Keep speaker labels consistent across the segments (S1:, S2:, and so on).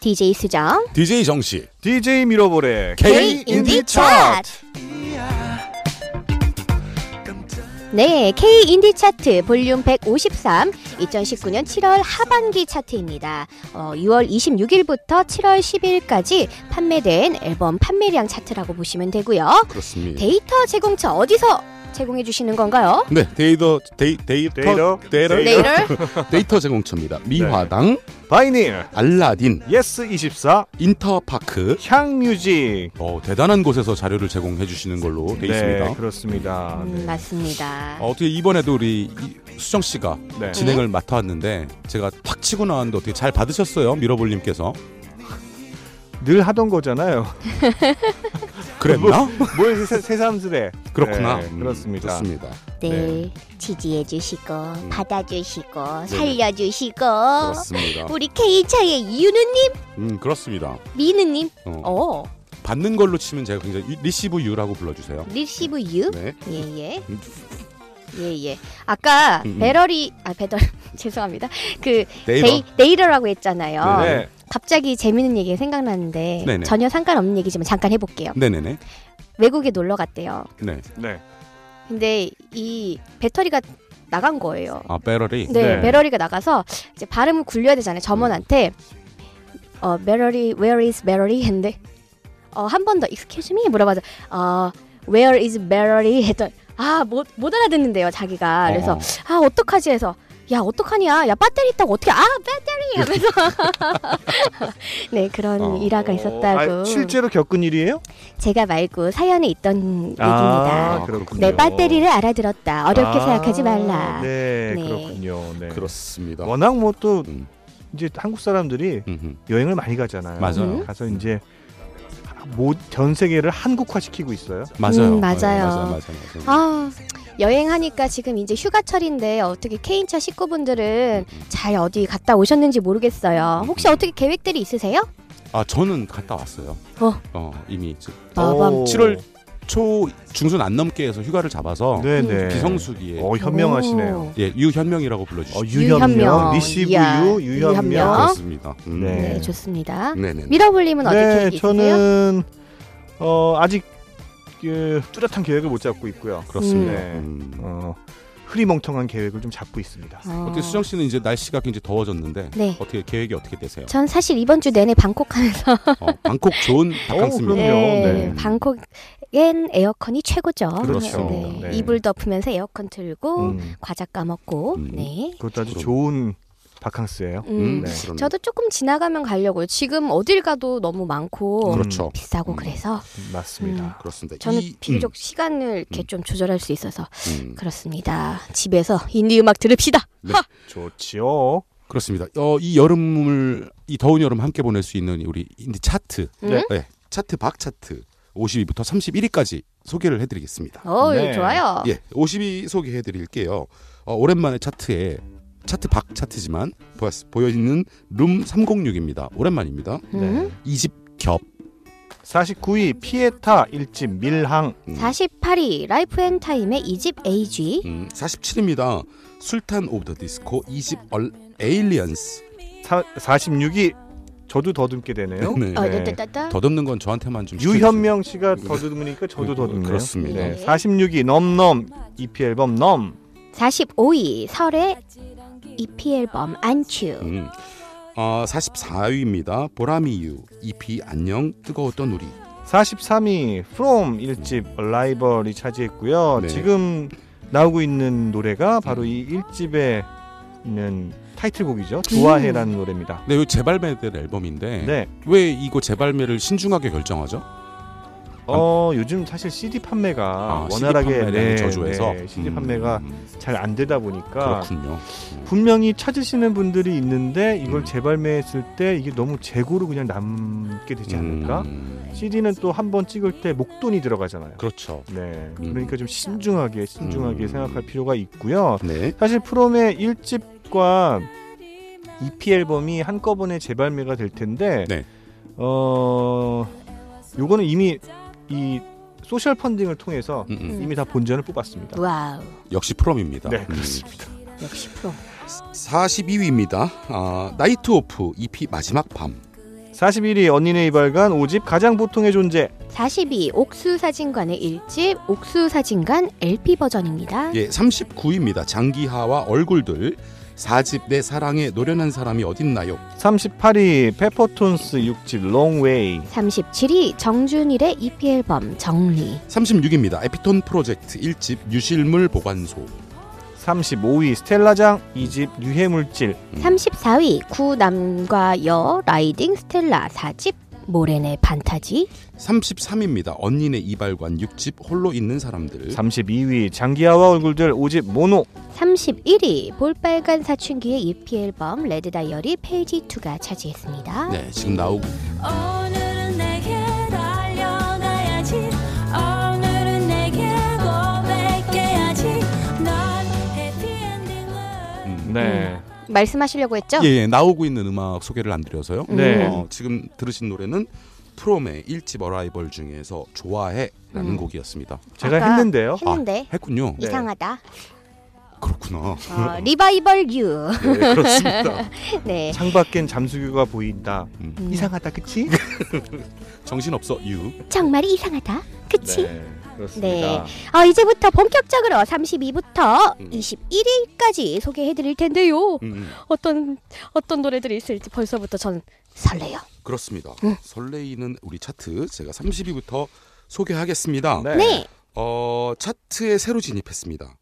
S1: DJ 수정
S2: DJ 정씨
S3: DJ 밀어보래
S1: K 인디 차트 네, K 인디 차트 볼륨 153 2019년 7월 하반기 차트입니다. 어, 6월 26일부터 7월 10일까지 판매된 앨범 판매량 차트라고 보시면 되고요.
S2: 그렇습니다.
S1: 데이터 제공처 어디서 제공해 주시는 건가요?
S2: 네, 데이터 데이, 데이터
S3: 데이터?
S2: 데이터
S3: 데이터?
S1: 네이를
S2: 데이터 제공처입니다. 미화당,
S3: 바이닐
S2: 알라딘,
S3: 예스24
S2: 인터파크.
S3: 향뮤직
S2: 어, 대단한 곳에서 자료를 제공해 주시는 걸로 돼 있습니다.
S3: 네 그렇습니다
S1: 음, 맞습니다.
S2: 아, 어, 어떻게 이번에도 우리 이- 수정 씨가
S3: 네.
S2: 진행을 맡아왔는데 제가 탁 치고 나왔는데 어떻게 잘 받으셨어요, 미러볼님께서?
S3: 늘 하던 거잖아요
S2: 그랬나?
S3: 뭘 새- 새삼스레
S2: 네, 그렇구나.
S3: 네,
S2: 음,
S3: 그렇습니다
S2: 좋습니다.
S1: 네.
S3: 네.
S1: 지지해 주시고 받아 주시고
S2: 음. 네네.
S1: 살려 주시고
S2: 그렇습니다.
S1: 우리 K차의 이윤우 님,
S2: 음, 그렇습니다.
S1: 민우 님.
S2: 어,
S1: 어,
S2: 받는 걸로 치면 제가 굉장히 유- 리시브 유라고 불러주세요.
S1: 리시브 유.
S2: 네.
S1: 예예.
S2: 음.
S1: 예예. 아까
S2: 음, 음.
S1: 배럴이 아 배럴 죄송합니다. 그
S2: 네이버.
S1: 데이, 데이러라고 했잖아요.
S2: 네.
S3: 네
S1: 갑자기 재밌는 얘기가 생각났는데
S2: 네네.
S1: 전혀 상관없는 얘기지만 잠깐 해볼게요.
S2: 네네네.
S1: 외국에 놀러 갔대요.
S2: 네.
S3: 네.
S1: 근데 이 배터리가 나간 거예요.
S2: 아, 배럴이.
S1: 네,
S3: 네.
S1: 메러리가 나가서 이제 발음을 굴려야 되잖아요. 점원한테 어 메러리 where is 메러리 했는데 어한 번 더 excuse me 물어봐서 어 where is 메러리 했더니 아못 못 알아듣는데요 자기가 그래서
S2: 어,
S1: 아 어떡하지 해서 야 어떡하냐 야 배터리 있다고 어떻게 아 배터리 하면서 네 그런
S2: 어.
S1: 일화가 있었다고
S3: 아, 실제로 겪은 일이에요?
S1: 제가 말고 사연에 있던
S2: 아,
S1: 얘기입니다.
S2: 그렇군요.
S1: 네 배터리를 알아들었다 어렵게 생각하지 말라.
S3: 네,
S1: 네.
S3: 그렇군요. 네.
S2: 그렇습니다.
S3: 워낙 뭐 또
S2: 음.
S3: 이제 한국 사람들이
S2: 음, 음.
S3: 여행을 많이 가잖아요.
S2: 맞아요.
S1: 음.
S3: 가서 이제 모- 전 세계를 한국화 시키고 있어요.
S2: 맞아요.
S1: 음, 맞아요.
S2: 맞아요. 맞아요. 맞아요.
S1: 아 여행하니까 지금 이제 휴가철인데 어떻게 케인차 식구분들은
S2: 음,
S1: 잘 어디 갔다 오셨는지 모르겠어요. 혹시 어떻게 계획들이 있으세요?
S2: 아 저는 갔다 왔어요.
S1: 어.
S2: 어, 이미 저-
S1: 마밤.
S3: 오.
S2: 7월 초 중순 안 넘게 해서 휴가를 잡아서
S3: 네네.
S2: 비성수기에
S3: 어 현명하시네요.
S2: 예 유현명이라고 불러주시죠.
S3: 어,
S1: 아, 유현명.
S3: 유현명, 리시브
S1: 이야,
S3: 유,
S1: 유현명.
S3: 유현명.
S2: 그렇습니다. 음.
S1: 네,
S3: 네.
S1: 좋습니다.
S2: 네네.
S1: 미러볼님은 어디
S3: 네,
S1: 계획 있으세요?
S3: 저는 어 아직 그 뚜렷한 계획을 못 잡고 있고요.
S2: 그렇습니다.
S3: 네.
S2: 음.
S3: 어 흐리멍텅한 계획을 좀 잡고 있습니다.
S1: 어,
S2: 어떻게 수정 씨는 이제 날씨가 굉장히 더워졌는데
S1: 네.
S2: 어떻게 계획이 어떻게 되세요?
S1: 전 사실 이번 주 내내 방콕 하면서
S2: 어, 방콕 좋은 바캉스입니다.
S3: 그럼요.
S1: 네,
S2: 네.
S1: 방콕엔 에어컨이 최고죠.
S3: 그렇죠.
S1: 네,
S3: 네.
S1: 이불 덮으면서 에어컨 틀고
S3: 음,
S1: 과자 까먹고
S2: 음.
S1: 네.
S3: 그것도 아주
S2: 그럼.
S3: 좋은 바캉스예요.
S1: 음.
S3: 네.
S2: 그럼요.
S1: 저도 조금 지나가면 가려고요. 지금 어딜 가도 너무 많고
S3: 음.
S2: 그렇죠.
S1: 비싸고
S2: 음.
S1: 그래서
S3: 맞습니다.
S2: 그렇습니다.
S1: 저는
S2: 이-
S1: 비록 시간을 이렇게 좀 조절할 수 있어서
S2: 음, 음,
S1: 그렇습니다. 집에서 인디 음악 들읍시다.
S3: 좋지요.
S2: 그렇습니다. 어, 이 여름을 이 더운 여름 함께 보낼 수 있는 우리 인디 차트
S3: 네.
S2: 네, 차트 박 차트 50위부터 31위까지 소개를 해드리겠습니다.
S1: 어,
S3: 네.
S1: 좋아요.
S2: 예, 50위 소개해드릴게요. 어, 오랜만에 차트에 차트 박 차트지만 보여, 보여 있는 룸 306입니다. 오랜만입니다.
S1: 음.
S2: 이 집 겹.
S3: 49위 네. 피에타 일집 밀항
S2: 음,
S1: 48위 라이프 앤 타임의 이집 AG
S2: 음, 47입니다. 술탄 오브 더 디스코 20 얼 에일리언스.
S3: 사, 46위 저도 더듬게 되네요.
S2: 네.
S1: 어,
S3: 네.
S1: 따따따.
S2: 더듬는 건 저한테만 좀
S3: 유현명 씨가 더듬으니까 저도 더듬네요.
S2: 음. 그렇습니다.
S3: 네. 46위 넘넘 EP 앨범 넘
S1: 45위 설의 EP 앨범 안추
S2: 시켜주세요. 음. 어, 44위입니다. 보람이유 EP 안녕 뜨거웠던 우리.
S3: 43위 From 일집 Arrival이 차지했고요.
S2: 네.
S3: 지금 나오고 있는 노래가 바로 이일집에 있는 타이틀곡이죠. 좋아해라는 노래입니다.
S2: 네, 이 재발매된 앨범인데
S3: 네.
S2: 왜 이거 재발매를 신중하게 결정하죠?
S3: 어, 요즘 사실 CD 판매가
S2: 아, CD
S3: 원활하게
S2: 판매량이 저조해서
S3: 네, CD
S2: 음,
S3: 판매가
S2: 음,
S3: 잘 안 되다 보니까
S2: 그렇군요.
S3: 분명히 찾으시는 분들이 있는데 이걸
S2: 음.
S3: 재발매했을 때 이게 너무 재고로 그냥 남게 되지 않을까?
S2: 음,
S3: CD는 또 한 번 찍을 때 목돈이 들어가잖아요.
S2: 그렇죠.
S3: 네.
S2: 음.
S3: 그러니까 좀 신중하게 신중하게
S2: 음.
S3: 생각할 필요가 있고요.
S2: 네.
S3: 사실 프롬의 일집 앨범과 EP 앨범이 한꺼번에 재발매가 될 텐데
S2: 네.
S3: 어 요거는 이미 이 소셜 펀딩을 통해서
S2: 음, 음.
S3: 이미 다 본전을 뽑았습니다.
S1: 와우
S2: 역시 프롬입니다.
S3: 네,
S2: 음.
S3: 그렇습니다.
S1: 역시 프로.
S2: 42위입니다. 아, 나이트 오프 EP 마지막 밤.
S3: 41위 언니네 이발관 5집 가장 보통의 존재
S1: 42 옥수 사진관의 일집 옥수 사진관 LP 버전입니다.
S2: 예, 39위입니다. 장기하와 얼굴들. 4집 내 사랑에 노련한 사람이 어딨나요?
S3: 38위 페퍼톤스 6집 롱웨이
S1: 37위 정준일의 EP 앨범 정리.
S2: 36입니다. 에피톤 프로젝트 1집 유실물 보관소.
S3: 35위 스텔라장 2집 유해물질
S1: 34위 구남과 여 라이딩 스텔라 4집 모래내 판타지
S2: 33입니다. 언니네 이발관 6집 홀로 있는 사람들.
S3: 32위 장기하와 얼굴들 5집 모노
S1: 31위 볼빨간 사춘기의 EP 앨범 레드 다이어리 페이지 2가 차지했습니다.
S2: 네, 지금 나오고
S4: 오늘은 내게 달려가야지 오늘은 내게 고백해야지 난 해피엔딩을
S2: 음.
S3: 네
S1: 말씀하시려고 했죠?
S2: 예, 예, 나오고 있는 음악 소개를 안 드려서요.
S3: 네.
S2: 어, 지금 들으신 노래는 프롬의 1집 어라이벌 중에서 좋아해라는
S1: 음.
S2: 곡이었습니다.
S3: 제가
S1: 아까
S3: 했는데요
S1: 했는데
S2: 했군요.
S3: 네.
S1: 이상하다.
S2: 그렇구나.
S1: 어, 리바이벌 유.
S2: 음. 네, 그렇습니다.
S1: 네.
S3: 아, 창밖엔 잠수교가 보인다
S2: 음.
S1: 음.
S3: 이상하다 그치?
S2: 정신없어 유.
S1: 정말 이상하다. 그치?
S3: 네 그렇습니다
S1: 어, 이제부터 본격적으로 32부터
S2: 음.
S1: 21일까지 소개해드릴 텐데요.
S2: 음, 음.
S1: 어떤 어떤 노래들이 있을지 벌써부터 전 설레요.
S2: 그렇습니다. 설레이는 우리 차트 제가 30위부터 소개하겠습니다.
S3: 네.
S1: 네.
S2: 어, 차트에 새로 진입했습니다.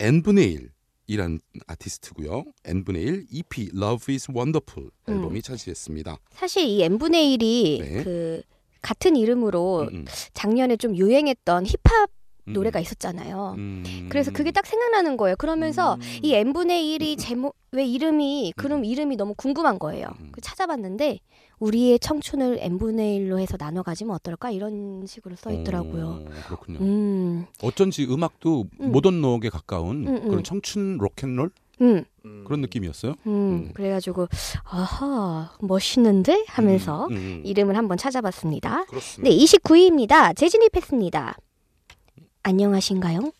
S2: n분의 1이란 아티스트고요. n분의 1 EP Love is Wonderful
S1: 음. 어,
S2: 앨범이 차지했습니다.
S1: 사실 이 n분의 1이
S2: 네.
S1: 그 같은 이름으로
S2: 음, 음.
S1: 작년에 좀 유행했던 힙합
S2: 음,
S1: 노래가 있었잖아요.
S2: 음.
S1: 그래서 그게 딱 생각나는 거예요. 그러면서 이 n분의 1이 제목 왜 이름이 그럼 이름이 너무 궁금한 거예요.
S2: 음.
S1: 그 찾아봤는데 우리의 청춘을 n분의 1로 해서 나눠 가지면 어떨까 이런 식으로 써 있더라고요.
S2: 어, 그렇군요.
S1: 음,
S2: 어쩐지 음악도
S1: 음.
S2: 모던 록에 가까운
S1: 음, 음.
S2: 그런 청춘 록앤롤
S1: 음,
S2: 그런 느낌이었어요.
S1: 음.
S2: 음.
S1: 그래가지고 아하 멋있는데 하면서
S2: 음, 음, 음.
S1: 이름을 한번 찾아봤습니다. 네,
S2: 그렇습니다.
S1: 29위입니다. 재진입했습니다. 안녕하신가요?
S2: 음.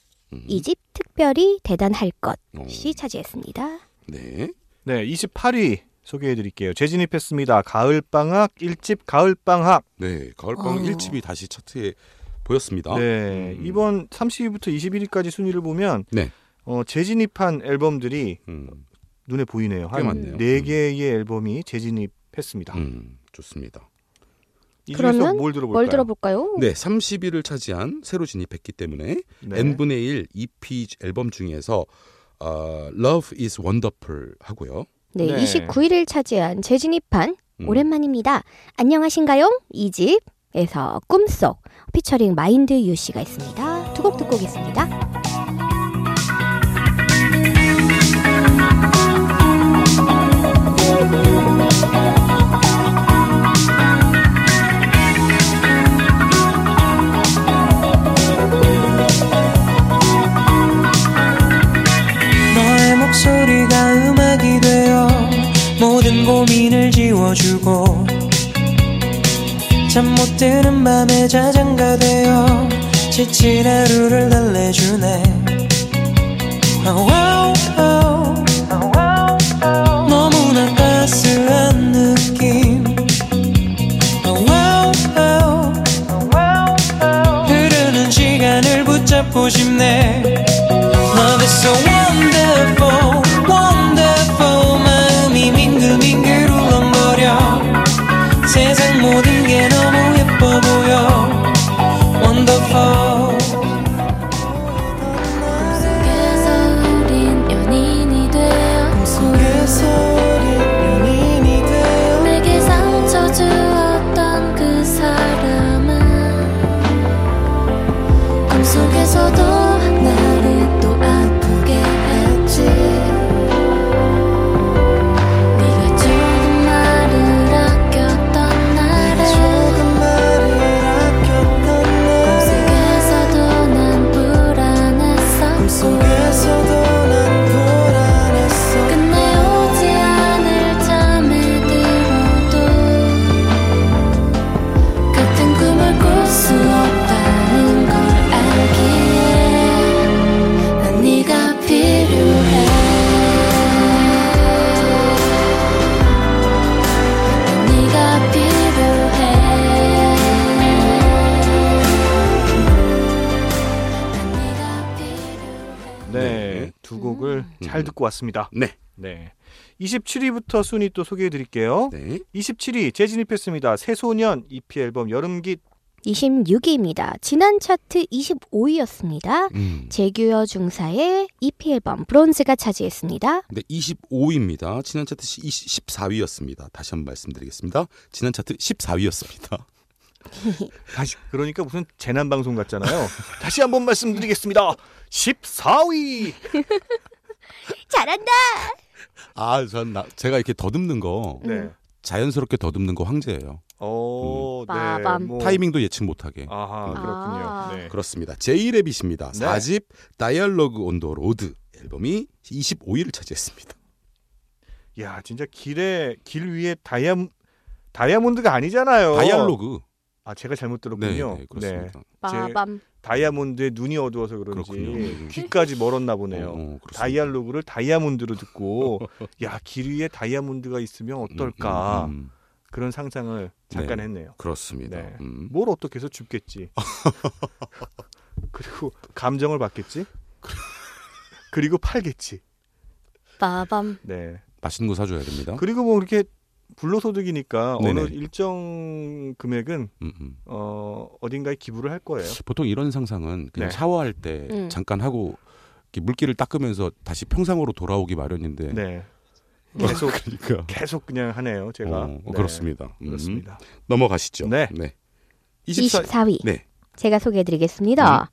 S1: 네, 이 집 특별히 대단할
S2: 어,
S1: 것이 차지했습니다.
S2: 네.
S3: 네 28위 소개해드릴게요 재진입했습니다 가을방학 1집 가을방학
S2: 네. 가을방
S1: 어.
S2: 1집이 다시 차트에 보였습니다.
S3: 네
S2: 음.
S3: 이번 30위부터 21위까지 순위를 보면
S2: 네.
S3: 어, 재진입한 앨범들이
S2: 음,
S3: 눈에 보이네요
S2: 꽤 많네요.
S3: 한 네개의 앨범이 재진입했습니다
S2: 음, 좋습니다.
S3: 이 중에서
S1: 그러면
S3: 뭘 들어볼까요?
S1: 뭘 들어볼까요?
S2: 네, 30위를 차지한 새로 진입했기 때문에
S3: 네.
S2: n분의 1 EP 앨범 중에서 어, Love is Wonderful 하고요.
S1: 네,
S3: 네.
S1: 29위를 차지한 재진입한
S2: 음,
S1: 오랜만입니다. 안녕하신가요? 이 집에서 꿈속 피처링 마인드 유 씨가 있습니다. 두 곡 듣고 오겠습니다.
S5: 너의 목소리가 음악이 되어 모든 고민을 지워주고 잠 못 드는 밤에 자장가 되어 지친 하루를 달래주네 Oh, oh, oh. 너무나 가스한 느낌 Oh, oh, oh. 흐르는 시간을 붙잡고 싶네 Love is so wonderful, wonderful. 마음이 밍글밍글 울렁거려. 세상 모든 게 너무 예뻐 보여. Wonderful.
S4: 꿈속에서 우린 연인이 되어
S5: 속에서 연인이 되어.
S4: 내게 상처 주었던 그 사람은 꿈속에서도 나를 또 아프게
S3: 네, 곡을 잘
S2: 음.
S3: 듣고 왔습니다.
S2: 네.
S3: 네. 27위부터 순위 또 소개해 드릴게요.
S2: 네.
S3: 27위 재진입했습니다. 새소년 EP 앨범 여름깃
S1: 26위입니다. 지난 차트 25위였습니다.
S2: 음.
S1: 재규어 중사의 EP 앨범 브론즈가 차지했습니다.
S2: 네, 25위입니다. 지난 차트 14위였습니다. 다시 한번 말씀드리겠습니다. 지난 차트 14위였습니다.
S3: 다시 그러니까 무슨 재난 방송 같잖아요. 다시 한번 말씀드리겠습니다. 14위.
S1: 잘한다.
S2: 아, 전 나, 제가 이렇게 더듬는 거
S3: 네.
S1: 음.
S2: 자연스럽게 더듬는 거 황제예요.
S3: 어, 네.
S1: 빠밤.
S3: 뭐-
S2: 음. 타이밍도 음. 예측 못하게.
S3: 아하, 그렇군요.
S1: 아.
S3: 네.
S2: 그렇습니다. 제이레빗입니다.
S3: 네.
S2: 4집 다이얼로그 온 더 로드 앨범이 25위를 차지했습니다.
S3: 야, 진짜 길에 길 위에 다이아 다이아몬드가 아니잖아요.
S2: 다이얼로그.
S3: 아, 제가 잘못
S2: 네,
S3: 들었군요.
S2: 네, 어. 그렇습니다.
S1: 빠밤.
S3: 다이아몬드에 눈이 어두워서 그런지
S2: 그렇군요. 네.
S3: 귀까지 멀었나
S2: 어,
S3: 보네요.
S2: 어, 그렇습니다.
S3: 다이얼로그를 다이아몬드로 듣고 야 길 위에 다이아몬드가 있으면 어떨까
S2: 음, 음, 음.
S3: 그런 상상을 잠깐
S2: 네.
S3: 했네요.
S2: 그렇습니다.
S3: 네.
S2: 음.
S3: 뭘 어떻게 해서 줍겠지. 그리고 감정을 받겠지. 그리고 팔겠지.
S1: 빠밤.
S3: 네.
S2: 맛있는 거 사줘야 됩니다.
S3: 그리고 뭐 이렇게 불로소득이니까 어느
S2: 네네.
S3: 일정 금액은
S2: 음, 음.
S3: 어 어딘가에 기부를 할 거예요.
S2: 보통 이런 상상은 그냥
S3: 네.
S2: 샤워할 때
S1: 음.
S2: 잠깐 하고 이렇게 물기를 닦으면서 다시 평상으로 돌아오기 마련인데
S3: 네. 계속
S2: 그러니까
S3: 계속 그냥 하네요, 제가.
S2: 어,
S3: 네.
S2: 그렇습니다. 음.
S3: 그렇습니다.
S2: 넘어가시죠.
S3: 네.
S2: 24...
S1: 24위.
S2: 네.
S1: 제가 소개해드리겠습니다.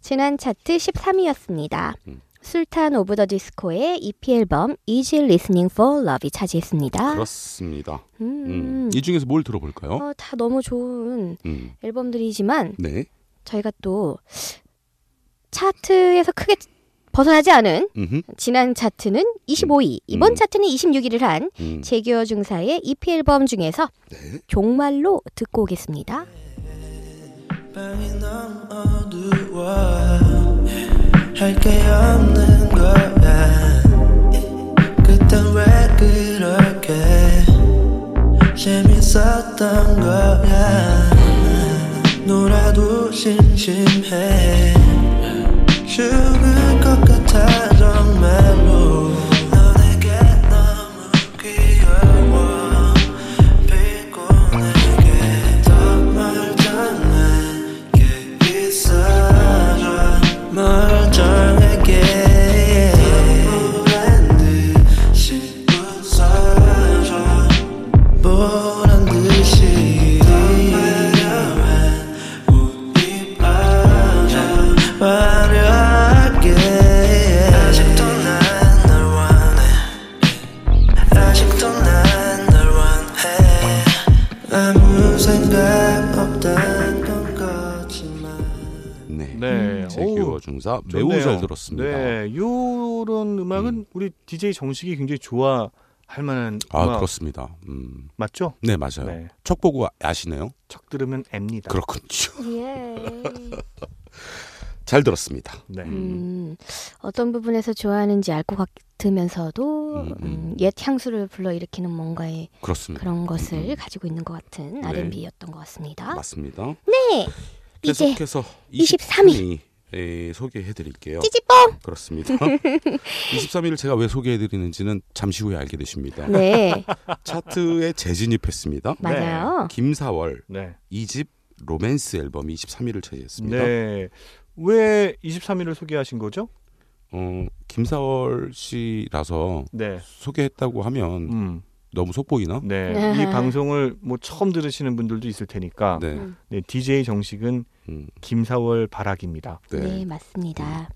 S1: 지난 차트 13위였습니다.
S2: 음.
S1: 술탄 오브 더 디스코의 EP 앨범 Easy Listening for Love이 차지했습니다.
S2: 그렇습니다.
S1: 음.
S2: 음. 이 중에서 뭘 들어볼까요?
S1: 어, 다 너무 좋은
S2: 음.
S1: 앨범들이지만
S2: 네.
S1: 저희가 또 차트에서 크게 벗어나지 않은
S2: 음흠.
S1: 지난 차트는 25위, 이번
S2: 음.
S1: 차트는 26위를 한
S2: 음. 네.
S1: 재규어 중사의 EP 앨범 중에서 종말로 듣고 오겠습니다.
S5: 밤이 너무 어두워 할 게 없는 거야 그땐 왜 그렇게 재밌었던 거야 놀아도 심심해 죽을 것 같아 정말로 너 내게 너무 귀여워 피곤하게 더 멀쩡하게 있어줘 멀쩡하게 더 보란 듯이 웃어줘 보란 듯이 더 화려한 우리 빠져 화려하게 아직도 난 널 원해 아직도 난 널 원해 아무 생각 없던 건 거지만
S2: 네.
S3: 네.
S2: 제규어
S3: 어우,
S2: 중사 매우
S3: 좋네요.
S2: 잘 들었습니다.
S3: 네, 요런 음악은 우리 DJ 정식이 굉장히 좋아할 만한
S2: 아
S3: 음악
S2: 그렇습니다. 음.
S3: 맞죠?
S2: 네 맞아요.
S3: 네.
S2: 척 보고 아시네요.
S3: 척 들으면 앱니다.
S2: 그렇군요.
S1: 예.
S2: 잘 들었습니다.
S3: 네.
S1: 음, 어떤 부분에서 좋아하는지 알 것 같으면서도
S2: 음, 음.
S1: 음, 옛 향수를 불러일으키는 뭔가의
S2: 그렇습니다.
S1: 그런 것을
S2: 음, 음.
S1: 가지고 있는 것 같은
S2: 네.
S1: R&B였던 것 같습니다.
S2: 맞습니다.
S1: 네, 이제
S2: 계속해서
S1: 23 위.
S2: 예, 소개해 드릴게요.
S1: 찌찌뽕.
S2: 그렇습니다. 23위를 제가 왜 소개해 드리는지는 잠시 후에 알게 되십니다.
S1: 네,
S2: 차트에 재진입했습니다.
S1: 맞아요.
S2: 김사월
S3: 네.
S2: 2집 로맨스 앨범이 23위를 차지했습니다.
S3: 네. 왜 23위를 소개하신 거죠?
S2: 어, 김사월 씨라서
S3: 네.
S2: 소개했다고 하면
S3: 음.
S2: 너무 속보이나?
S3: 네.
S1: 네.
S3: 이 방송을 뭐 처음 들으시는 분들도 있을 테니까.
S2: 네.
S3: 네.
S1: 음.
S3: DJ 정식은
S2: 음,
S3: 김사월 바락입니다.
S1: 네,
S2: 네.
S1: 맞습니다.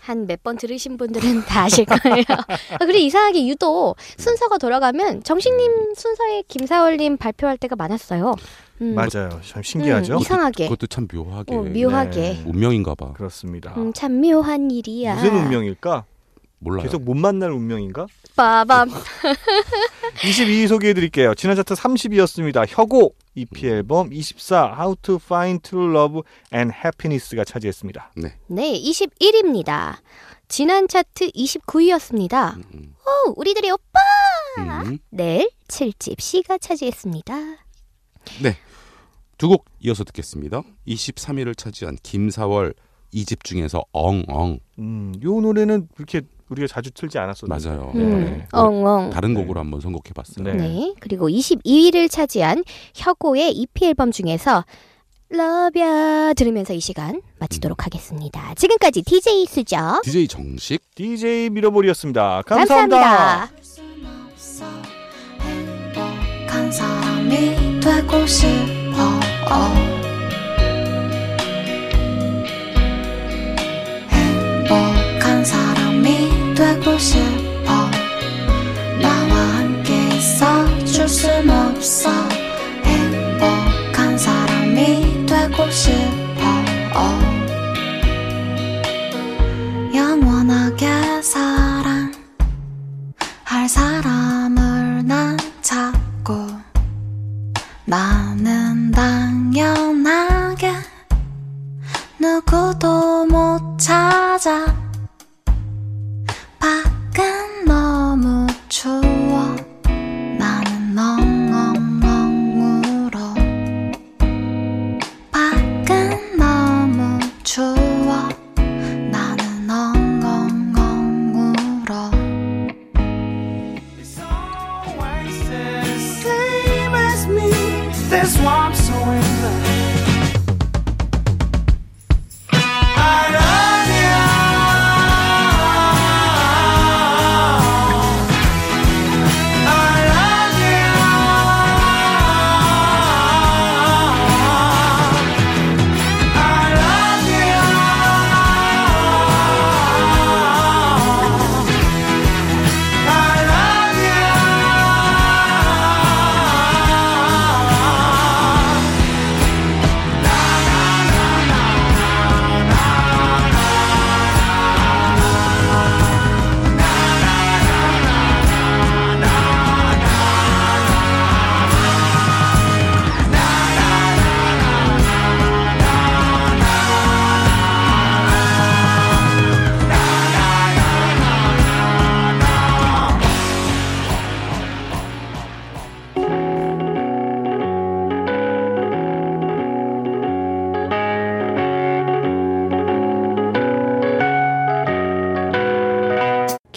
S1: 한 몇 번 들으신 분들은 다 아실 거예요. 아, 그리고 이상하게 유독 순서가 돌아가면 정식님 순서에 김사월님 발표할 때가 많았어요. 음.
S3: 맞아요. 참 신기하죠?
S1: 음, 이상하게.
S2: 그것도 참 묘하게
S1: 어, 묘하게.
S3: 네.
S2: 운명인가 봐.
S3: 그렇습니다.
S1: 음, 아. 참 묘한 일이야.
S3: 무슨 운명일까?
S2: 몰라요.
S3: 계속 못 만날 운명인가?
S1: 빠밤.
S3: 22위 소개해드릴게요. 지난 차트 30위였습니다. 혁오 EP 앨범 24 How to Find True Love and Happiness가 차지했습니다.
S1: 네, 21위입니다. 지난 차트 29위였습니다.
S2: 음, 음.
S1: 오, 우리들의 오빠!
S2: 음.
S1: 내일 7집 C가 차지했습니다.
S3: 네.
S2: 두 곡 이어서 듣겠습니다. 23위를 차지한 김사월 2집 중에서 엉엉.
S3: 음, 요 노래는 이렇게 우리가 자주 틀지 않았었는데
S2: 맞아요.
S3: 네.
S1: 음,
S2: 네.
S1: 엉엉.
S2: 다른 곡으로 한번 선곡해봤어요.
S3: 네.
S1: 네. 그리고 22위를 차지한 혁오의 EP 앨범 중에서 Love Ya 들으면서 이 시간
S3: 음.
S1: 마치도록 하겠습니다. 지금까지 DJ 수죠.
S2: DJ 정식
S3: DJ 밀어볼이었습니다. 감사합니다.
S1: 감사합니다.
S4: 순 없어 행복한 사람이 되고 싶어 행복한 사람이 되고 싶어 나와 함께 있어줄 순 없어 행복한 사람이 되고 싶어 영원하게 사랑 할 사람을 난 찾고 나는 당연하게 누구도 못 찾아 밖은 너무 추워 나는 엉엉엉 울어 밖은 너무 추워 나는 엉엉엉 울어
S5: It's always the same as me. That's why I'm so in love. I love you. I love you. I love you.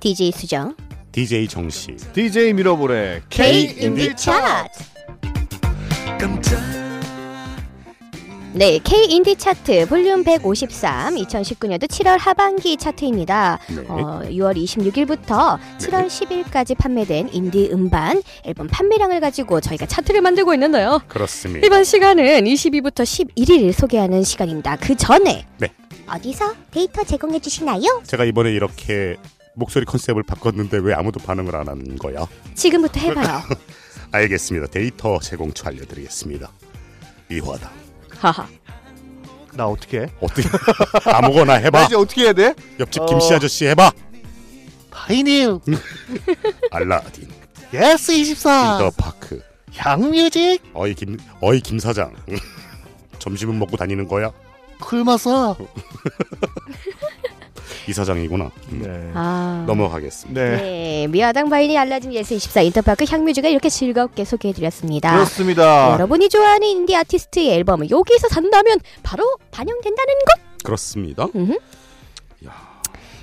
S1: DJ 수정.
S2: DJ 정식
S3: DJ 밀어볼의
S1: K
S3: K
S1: 인디
S3: 인디
S1: 차트. 네, K 인디 차트 볼륨 153 2019년도 7월 하반기 차트입니다.
S2: 네.
S1: 어, 6월 26일부터 7월 10일까지 판매된 인디 음반 앨범 판매량을 가지고 저희가 차트를 만들고 있는데요.
S2: 그렇습니다.
S1: 이번 시간은 22부터 11일 소개하는 시간입니다. 그 전에
S2: 네.
S1: 어디서 데이터 제공해 주시나요?
S2: 제가 이번에 이렇게 목소리 컨셉을 바꿨는데 왜 아무도 반응을 안 하는 거야?
S1: 지금부터 해봐요.
S2: 알겠습니다. 데이터 제공처 알려드리겠습니다. 이화다.
S1: 하하.
S3: 나 어떻게 해?
S2: 어떻게 아무거나
S3: 나
S2: 해봐.
S3: 이제 어떻게 해야 돼?
S2: 옆집
S3: 어.
S2: 김씨 아저씨 해봐.
S6: 파이님,
S2: 알라딘,
S6: 예스 24,
S1: 아.
S2: 더 파크.
S6: 양뮤직,
S2: 어이 김 어이 김 사장. 점심은 먹고 다니는 거야?
S6: 쿨마사,
S2: 이 사장이구나. 음,
S3: 네.
S1: 아.
S2: 넘어가겠습니다.
S3: 네.
S1: 네, 미아당 바이니 알라딘 예스 24 인터파크 향뮤즈가 이렇게 즐겁게 소개해드렸습니다.
S3: 아, 그렇습니다.
S1: 여러분이 좋아하는 인디 아티스트의 앨범을 여기서 산다면 바로 반영된다는 것.
S3: 네.
S2: 그렇습니다. 음,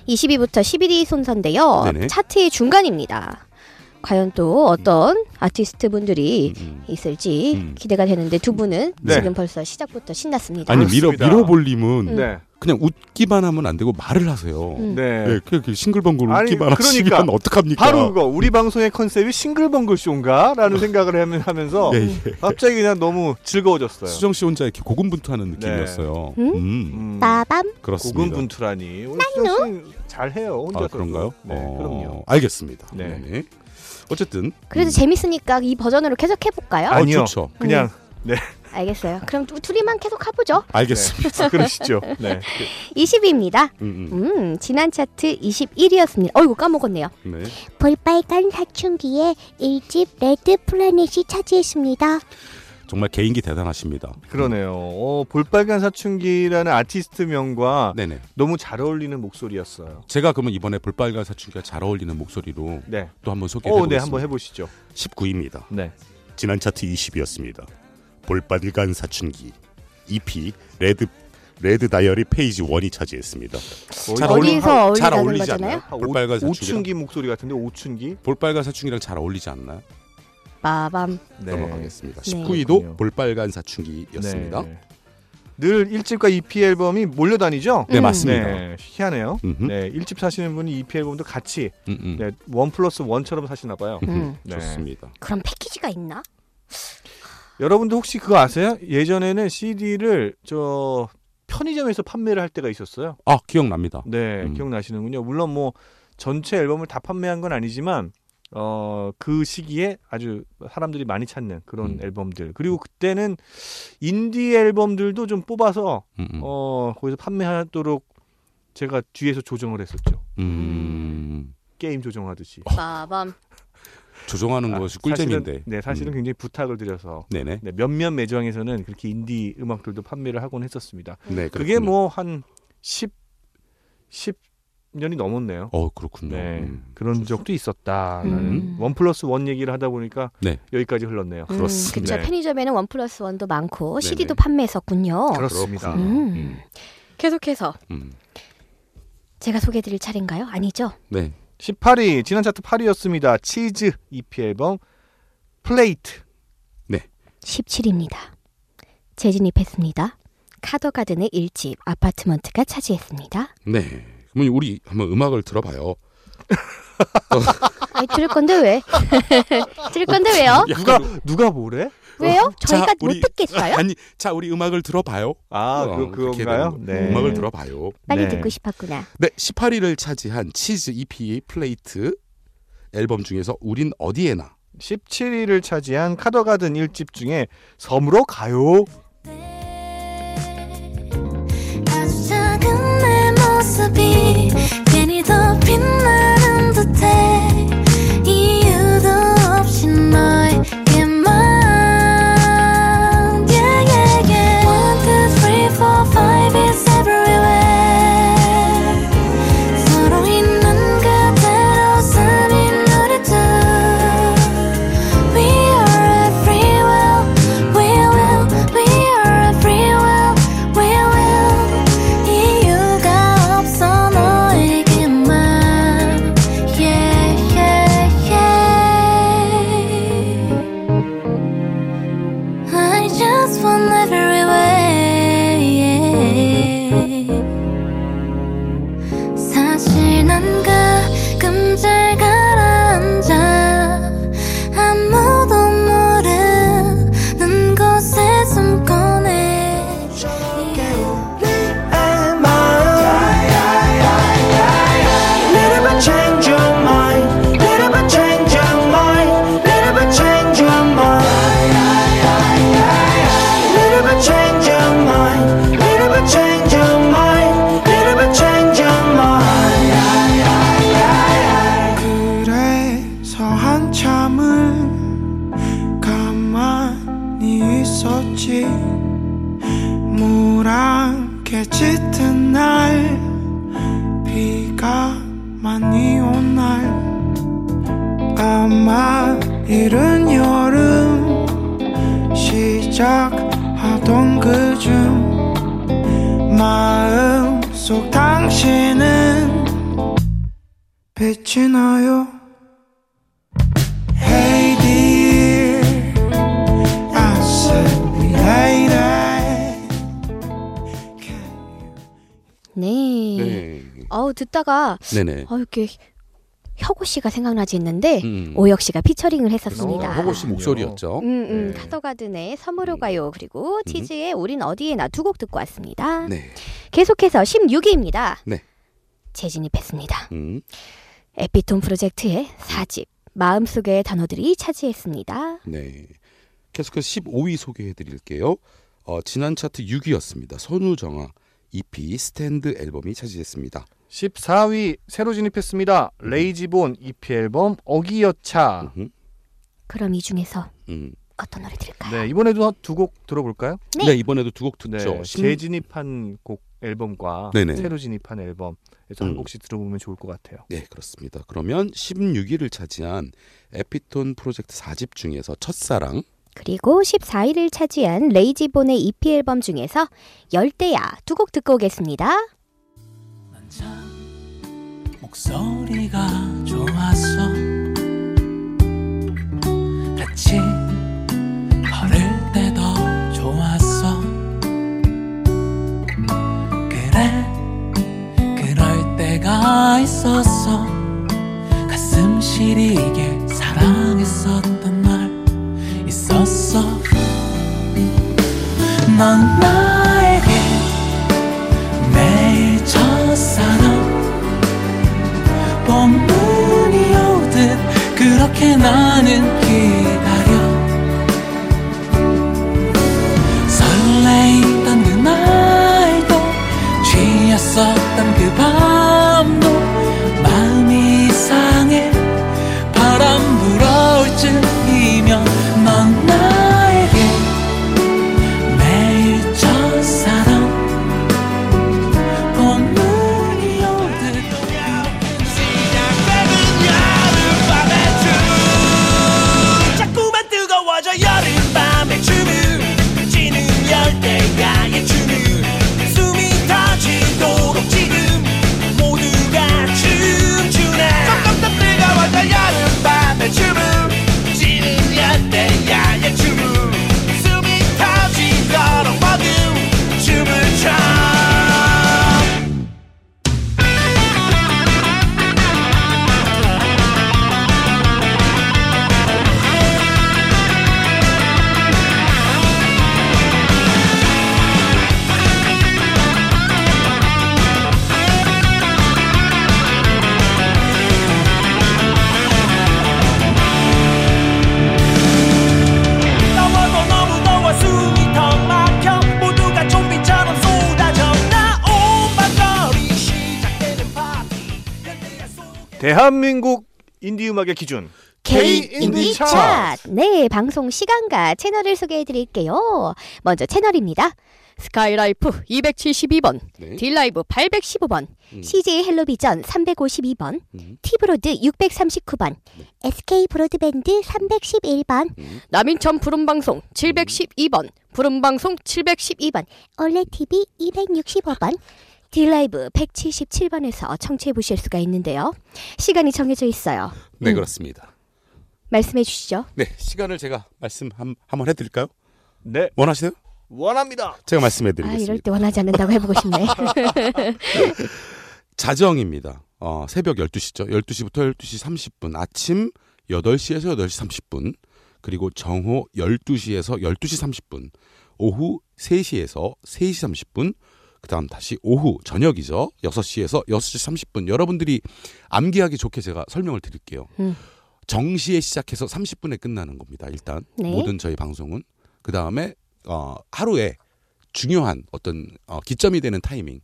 S1: 22부터 11위 순서인데요.
S2: 네네.
S1: 차트의 중간입니다. 과연 또 어떤 아티스트 분들이
S2: 음.
S1: 있을지
S2: 음.
S1: 기대가 되는데 두 분은
S3: 네.
S1: 지금 벌써 시작부터 신났습니다.
S2: 아니 밀어
S3: 그렇습니다.
S2: 밀어볼림은
S3: 네.
S2: 그냥 웃기만 하면 안 되고 말을 하세요.
S1: 음.
S3: 네.
S2: 예, 그렇게 싱글벙글
S3: 아니,
S2: 웃기만 하시면
S3: 그러니까.
S2: 어떡합니까? 네.
S3: 바로 그거 우리 방송의 컨셉이 싱글벙글 쇼인가라는 생각을 하면- 하면서
S2: 예, 예.
S3: 갑자기 그냥 너무 즐거워졌어요.
S2: 수정 씨 혼자 이렇게 고군분투하는 느낌이었어요.
S1: 음?
S2: 음,
S3: 네. 음,
S1: 빠밤.
S2: 그렇습니다.
S3: 고군분투라니. 우리 수정 씨 잘해요. 혼자
S2: 아 그런가요?
S3: 네,
S2: 어,
S3: 그럼요.
S2: 알겠습니다.
S3: 네.
S2: 네. 어쨌든 음. 어,
S1: 그래도 재밌으니까 이 버전으로 계속 해볼까요?
S3: 아니요.
S2: 좋죠.
S3: 그냥 네.
S1: 알겠어요. 그럼 두- 둘이만 계속 가보죠.
S2: 알겠습니다.
S3: 그러시죠. 네.
S1: 20위입니다.
S2: 음,
S1: 음, 지난 차트 21위였습니다. 어이구 까먹었네요.
S2: 음. 네.
S7: 볼빨간 사춘기의 일집 레드 플래닛이 차지했습니다.
S2: 정말 개인기 대단하십니다.
S3: 그러네요. 어, 볼빨간 사춘기라는 아티스트 명과
S2: 네네.
S3: 너무 잘 어울리는 목소리였어요.
S2: 제가 그러면 이번에 볼빨간 사춘기가 잘 어울리는 목소리로
S3: 네.
S2: 또 한번 소개해
S3: 어, 네,
S2: 보겠습니다.
S3: 한번 해보시죠.
S2: 19위입니다.
S3: 네.
S2: 지난 차트 20위였습니다. 볼빨간 사춘기 EP 레드 레드 다이어리 페이지 1이 차지했습니다. 잘 어울리-
S1: 어디서
S2: 잘
S1: 어울리자는
S2: 어울리지
S1: 거잖아요?
S2: 않나요? 볼빨간 사춘기
S3: 오춘기 목소리 같은데 오춘기?
S2: 볼빨간 사춘기랑 잘 어울리지 않나요?
S1: 빠밤.
S3: 네.
S2: 넘어가겠습니다.
S1: 네.
S2: 19위도
S3: 그렇군요.
S2: 볼빨간 사춘기였습니다. 네,
S3: 네. 늘 1집과 EP 앨범이 몰려다니죠?
S1: 음.
S2: 맞습니다.
S3: 네, 희한해요.
S2: 음흠.
S3: 네, 1집 사시는 분이 EP 앨범도 같이
S2: 음, 음.
S3: 네, 원 플러스 원처럼 사시나 봐요.
S2: 음흠.
S1: 음.
S3: 네.
S2: 좋습니다.
S1: 그런 패키지가 있나?
S3: 여러분도 혹시 그거 아세요? 예전에는 CD를 저 편의점에서 판매를 할 때가 있었어요.
S2: 아 기억납니다.
S3: 네,
S2: 음.
S3: 기억나시는군요. 물론 뭐 전체 앨범을 다 판매한 건 아니지만 어, 그 시기에 아주 사람들이 많이 찾는 그런
S2: 음.
S3: 앨범들. 그리고 그때는 인디 앨범들도 좀 뽑아서
S2: 음, 음.
S3: 어, 거기서 판매하도록 제가 뒤에서 조정을 했었죠.
S2: 음,
S3: 게임 조정하듯이.
S2: 어,
S1: 빠밤. 음,
S2: 조종하는
S3: 아,
S2: 것이 어, 꿀잼인데.
S3: 사실은, 네, 사실은
S2: 음.
S3: 굉장히 부탁을 드려서
S2: 네네.
S3: 네, 몇몇 매장에서는 그렇게 인디 음악들도 판매를 하곤 했었습니다.
S2: 네,
S3: 그게
S2: 그렇군요.
S3: 뭐 한 10, 10년이 넘었네요.
S2: 어 그렇군요.
S3: 네,
S2: 음.
S3: 그런 적도 있었다라는
S1: 음.
S3: 원 플러스 원 얘기를 하다 보니까
S2: 네.
S3: 여기까지 흘렀네요.
S2: 그렇습니다.
S1: 음, 그쵸.
S3: 네.
S1: 편의점에는 원 플러스 원도 많고
S2: 네네.
S1: CD도 판매했었군요.
S3: 그렇습니다.
S2: 그렇구나.
S1: 음.
S2: 음.
S1: 계속해서
S2: 음.
S1: 제가 소개해드릴 차례인가요? 아니죠?
S2: 네.
S3: 18위 지난 차트 8위였습니다. 치즈 EP 앨범 플레이트.
S1: 17입니다. 재진입했습니다. 카더가든의 일집 아파트먼트가 차지했습니다.
S2: 네. 그러면 우리 한번 음악을 들어봐요.
S1: 아니 들을 건데 왜? 들을 건데 왜요?
S3: 누가 누가 뭐래?
S1: 왜요?
S2: 자,
S1: 저희가
S2: 우리-
S1: 못 듣겠어요?
S2: 아니, 자 우리 음악을 들어봐요.
S3: 아,
S2: 어,
S3: 그
S2: 그렇게
S3: 그건가요?
S2: 되는 거.
S3: 네.
S2: 음악을 들어봐요.
S1: 빨리
S3: 네.
S1: 듣고 싶었구나.
S2: 네, 18위를 차지한 치즈 EP 플레이트 앨범 중에서 우린 어디에나
S3: 17위를 차지한 카더가든 1집 중에 섬으로 가요.
S4: 아주 작은 내 모습이 괜히 더 빛나는 듯해 이유도 없이 너에게만 Yeah yeah yeah One two three four five is everywhere 서로 있는 그대로 삶이 노래도 We are a free will We will We are a free will We will 이유가 없어 너에게만 Yeah yeah yeah I just want every way yeah. 사실 난 가끔 잘 가라앉아 아무도 모르는 곳에 숨 꺼내
S5: am I? Little bit change your mind. Little bit change your mind. Little bit change your mind. Little bit change your mind. Little bit change your mind. Little bit change your mind. 그래서 한참을 가만히 있었지. 모랑게 짙은 날 비가 많이 온 날 아마 이른 여름 시작하던 그중 마음속 당신은 빛이 나요 Hey dear I said later
S1: 네.
S2: 네.
S1: 아우 듣다가
S2: 네, 네.
S1: 아 이렇게 혁오 씨가 생각나지 했는데
S2: 음.
S1: 오혁 씨가 피처링을 했었습니다.
S2: 어, 음. 허고 씨 목소리였죠.
S1: 네. 음, 음,
S3: 네.
S1: 카더가든의 섬으로 가요 그리고 치즈의 우린 어디에나 두 곡 듣고 왔습니다.
S2: 네.
S1: 계속해서 16위입니다.
S2: 네.
S1: 재진입했습니다.
S2: 음.
S1: 에피톤 프로젝트의 4집 마음속의 단어들이 차지했습니다.
S2: 네. 계속해서 15위 소개해드릴게요. 어, 지난 차트 6위였습니다. 선우정아 EP 스탠드 앨범이 차지했습니다.
S3: 14위 새로 진입했습니다. 레이지본 EP 앨범 어기여차.
S2: 음. 음흠,
S1: 그럼 이 중에서
S2: 음.
S1: 어떤 노래 들을까요?
S3: 네 이번에도 두 곡 들어볼까요?
S1: 네.
S2: 네. 이번에도 두 곡 듣죠.
S3: 네,
S2: 신-
S3: 재진입한 곡 앨범과
S2: 네네.
S3: 새로 진입한 앨범에서 한
S2: 음.
S3: 곡씩 들어보면 좋을 것 같아요.
S2: 네 그렇습니다. 그러면 16위를 차지한 에피톤 프로젝트 4집 중에서 첫사랑
S1: 그리고 14위를 차지한 레이지본의 EP 앨범 중에서 열대야 두 곡 듣고 오겠습니다.
S8: 난 참 목소리가 좋았어 같이 걸을 때도 좋았어 그래 그럴 때가 있었어 가슴 시리게 사랑했었던 날 있었어 넌 나에게 매일 첫사랑 봄눈이 오듯 그렇게 나는 기다려 설레있던 그날도 취했었던 그 밤도 마음이 이상해 바람 불어올 쯤이면 넌 나에게 매일 첫사랑 봄눈이 오듯
S5: 시작되는 여름밤의 춤 자꾸만 뜨거워져 여름밤의 춤은 지는 열대야의 춤은 숨이 터지도록 지금 모두가 춤추네 조금 더 뜨거워져 여름밤의 춤은 지는 열대야의 춤은 숨이 터지도록 모두 춤을 춰 더워도 너무 더워 숨이 턱 막혀 모두가 좀비처럼 쏟아져 나온 밤거리 시작되는 파티 열대야 속
S3: 대한민국 인디 음악의 기준
S1: K 인디 차트. 네, 방송 시간과 채널을 소개해 드릴게요. 먼저 채널입니다. 스카이라이프 272번,
S2: 네.
S1: 딜라이브 815번,
S2: 음.
S1: CJ 헬로비전 352번,
S2: 음.
S1: 티브로드 639번,
S7: SK 브로드밴드 311번,
S2: 음.
S1: 남인천 푸른방송 712번, 푸른방송 712번,
S7: 올레TV 265번,
S1: 딜라이브 177번에서 청취해 보실 수가 있는데요. 시간이 정해져 있어요.
S2: 네
S1: 음.
S2: 그렇습니다.
S1: 말씀해 주시죠.
S2: 네 시간을 제가 말씀 한, 한번 해드릴까요?
S3: 네
S2: 원하시나요?
S3: 원합니다.
S2: 제가
S1: 아,
S2: 말씀해드리겠습니다.
S1: 이럴 때 원하지 않는다고 해보고 싶네.
S2: 자정입니다. 어, 새벽 12시죠. 12시부터 12시 30분, 아침 8시에서 8시 30분, 그리고 정오 12시에서 12시 30분, 오후 3시에서 3시 30분, 그 다음 다시 오후 저녁이죠. 6시에서 6시 30분. 여러분들이 암기하기 좋게 제가 설명을 드릴게요.
S1: 음.
S2: 정시에 시작해서 30분에 끝나는 겁니다. 일단
S1: 네.
S2: 모든 저희 방송은. 그 다음에 어, 하루에 중요한 어떤 어, 기점이 되는 타이밍.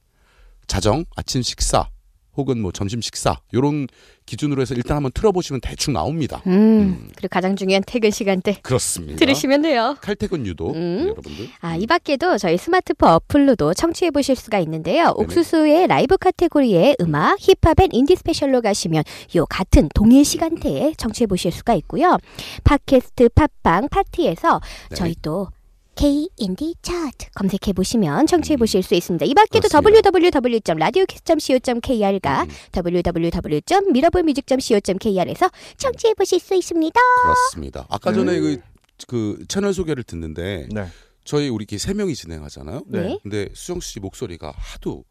S2: 자정, 아침 식사, 혹은 뭐 점심 식사 요런 기준으로 해서 일단 한번 틀어보시면 대충 나옵니다.
S1: 음, 예. 그리고 가장 중요한 퇴근 시간대
S2: 그렇습니다.
S1: 들으시면 돼요.
S2: 칼퇴근 유도
S1: 음.
S2: 네, 여러분들.
S1: 아, 이 밖에도 저희 스마트폰 어플로도 청취해 보실 수가 있는데요. 옥수수의 라이브 카테고리에 음악, 힙합 앤 인디 스페셜로 가시면 요 같은 동일 시간대에 청취해 보실 수가 있고요. 팟캐스트 팟빵 파티에서
S2: 네.
S1: 저희 또
S7: K 인디 차트.
S1: 검색해 보시면 청취해
S2: 음.
S1: 보실 수 있습니다. 이 밖에도
S2: 그렇습니다.
S1: www.radiokiss.co.kr과
S2: 음,
S1: www.mirablemusic.co.kr에서
S7: 청취해 보실 수 있습니다.
S2: 그렇습니다. 아까 전에
S1: 음.
S3: 네.
S2: 그, 그 채널 소개를 듣는데
S3: 네.
S2: 저희 우리 이렇게 세 명이 진행하잖아요.
S1: 네.
S3: 네.
S2: 근데 수정 씨 목소리가 하도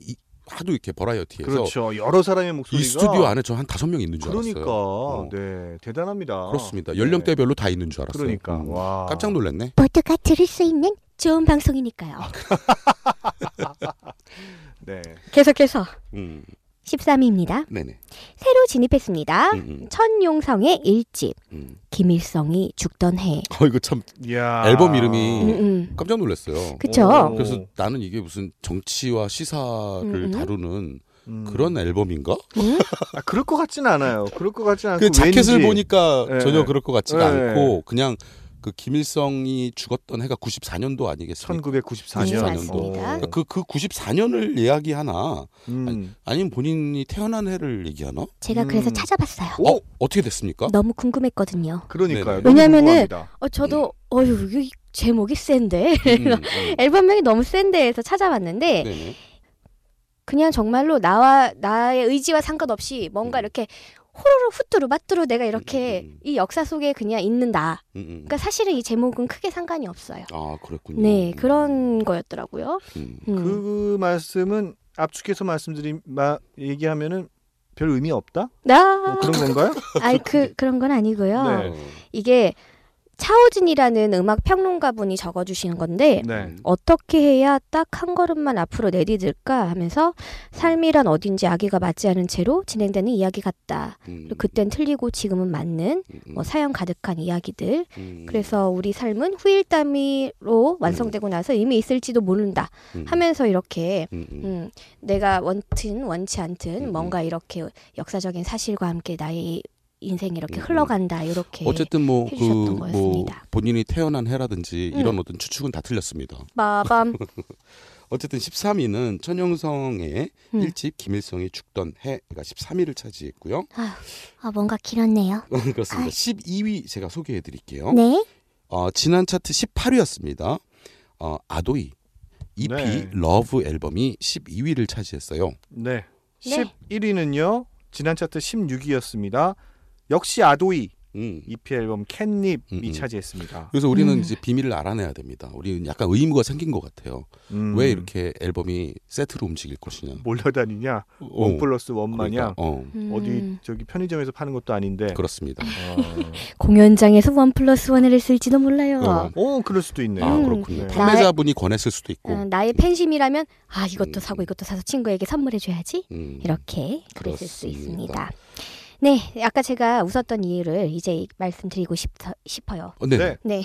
S2: 이, 하도 이렇게 버라이어티해서
S3: 그렇죠. 여러 사람의 목소리가
S2: 이 스튜디오 안에 저 한 다섯 명 있는 줄
S3: 그러니까
S2: 알았어요.
S3: 네 대단합니다.
S2: 그렇습니다.
S3: 네.
S2: 연령대별로 다 있는 줄 알았어요.
S3: 그러니까
S2: 음.
S3: 와
S2: 깜짝 놀랐네.
S7: 모두가 들을 수 있는
S1: 좋은
S2: 아, 그
S1: 방송이니까요.
S3: 네.
S1: 계속해서
S2: 음.
S1: 13위입니다.
S2: 네네.
S1: 새로 아, 진입했습니다.
S2: 음, 음,
S1: 천용성의 일집
S2: 음.
S1: 김일성이 죽던 해.
S2: 어 이거 참
S3: 이야.
S2: 앨범 이름이
S1: 음, 음.
S2: 깜짝 놀랐어요.
S1: 그쵸?
S2: 그래서 나는 이게 무슨 정치와 시사를
S1: 음, 음.
S2: 다루는
S3: 음.
S2: 그런 앨범인가?
S1: 음?
S3: 아, 그럴 것 같진 않아요. 그럴 것 같진 않고
S2: 그 자켓을
S3: 왠지.
S2: 보니까
S3: 예.
S2: 전혀 그럴 것 같지가
S3: 예.
S2: 않고 그냥 그 김일성이 죽었던 해가 94년도 아니겠습니까?
S3: 1994년.
S2: 네, 맞습니다.
S1: 어.
S2: 그, 그 94년을 이야기하나
S3: 음.
S2: 아니면 본인이 태어난 해를 얘기하나?
S1: 제가 그래서
S3: 음.
S1: 찾아봤어요.
S3: 오!
S2: 어, 어떻게 됐습니까?
S1: 너무 궁금했거든요.
S3: 그러니까요.
S2: 아, 네네.
S3: 너무
S1: 왜냐면은-
S3: 궁금합니다.
S1: 어, 저도 어휴 이게 제목이 센데
S2: 음, 음.
S1: 앨범명이 너무 센데 해서 찾아봤는데
S2: 네네.
S1: 그냥 정말로 나와 나의 의지와 상관없이 뭔가
S2: 음.
S1: 이렇게 호로로 후뚜루 맞뚜루 내가 이렇게
S2: 음, 음, 음.
S1: 이 역사 속에 그냥 있는다.
S2: 음, 음.
S1: 그러니까 사실은 이 제목은 크게 상관이 없어요.
S2: 아 그랬군요.
S1: 네 그런 거였더라고요.
S2: 음.
S1: 음.
S3: 그 말씀은 압축해서 말씀드린 마, 얘기하면은 별 의미 없다? 뭐
S1: 나
S3: 그런 건가요?
S1: 아이 그 그런 건 아니고요.
S3: 네.
S2: 어.
S1: 이게 차오진이라는 음악 평론가 분이 적어주시는 건데
S3: 네.
S2: 음,
S1: 어떻게 해야 딱 한 걸음만 앞으로 내디딜까 하면서 삶이란 어딘지 아기가 맞지 않은 채로 진행되는 이야기 같다.
S2: 음,
S1: 어, 그리고 그땐 틀리고 지금은 맞는
S2: 음, 음,
S1: 뭐 사연 가득한 이야기들.
S2: 음.
S1: 그래서 우리 삶은 후일담이로 완성되고 나서 이미 있을지도 모른다
S2: 음,
S1: 하면서 이렇게
S2: 음, 음.
S1: 음, 내가 원튼 원치 않든
S2: 음.
S1: 뭔가 이렇게 역사적인 사실과 함께 나의 인생이 이렇게
S2: 음.
S1: 흘러간다 이렇게
S2: 어쨌든 뭐 그
S1: 해주셨던
S2: 뭐
S1: 거였습니다.
S2: 본인이 태어난 해라든지
S1: 음.
S2: 이런 어떤 추측은 다 틀렸습니다.
S1: 마밤
S2: 어쨌든 13위는 천영성의
S1: 음.
S2: 일집 김일성이 죽던 해가 13위를 차지했고요.
S7: 아, 뭔가 길었네요.
S2: 그렇습니다.
S7: 아이.
S2: 12위 제가 소개해 드릴게요.
S7: 네.
S2: 어, 지난 차트 18위였습니다. 어, 아도이 EP
S3: 네.
S2: 러브 앨범이 12위를 차지했어요.
S3: 네.
S1: 네.
S3: 11위는요. 지난 차트 16위였습니다. 역시 아도이
S2: 음.
S3: EP E 앨범 캣닙이
S2: 음, 음.
S3: 차지했습니다.
S2: 그래서 우리는
S1: 음.
S2: 이제 비밀을 알아내야 됩니다. 우리는 약간 의무가 생긴 것 같아요.
S3: 음.
S2: 왜 이렇게 앨범이 세트로 움직일 것이냐.
S3: 몰려다니냐? 원
S2: 어,
S3: 플러스 원 마냥
S2: 그러니까, 어,
S1: 음.
S3: 어디 저기 편의점에서 파는 것도 아닌데.
S2: 그렇습니다.
S3: 어.
S1: 공연장에서 원 플러스 원을 했을지도 몰라요.
S2: 어.
S3: 오, 그럴 수도 있네요.
S2: 아
S1: 음.
S2: 그렇군요.
S3: 네.
S2: 판매자분이 권했을 수도 있고.
S1: 어, 나의 팬심이라면 아
S2: 그 음.
S1: 이것도 사고 이것도 사서 친구에게 선물해줘야지
S2: 음.
S1: 이렇게 그랬을 수
S2: 그렇습니다.
S1: 있습니다. 네, 아까 제가 웃었던 이유를 이제 말씀드리고 싶, 어요
S2: 어, 네.
S3: 네.
S2: 네.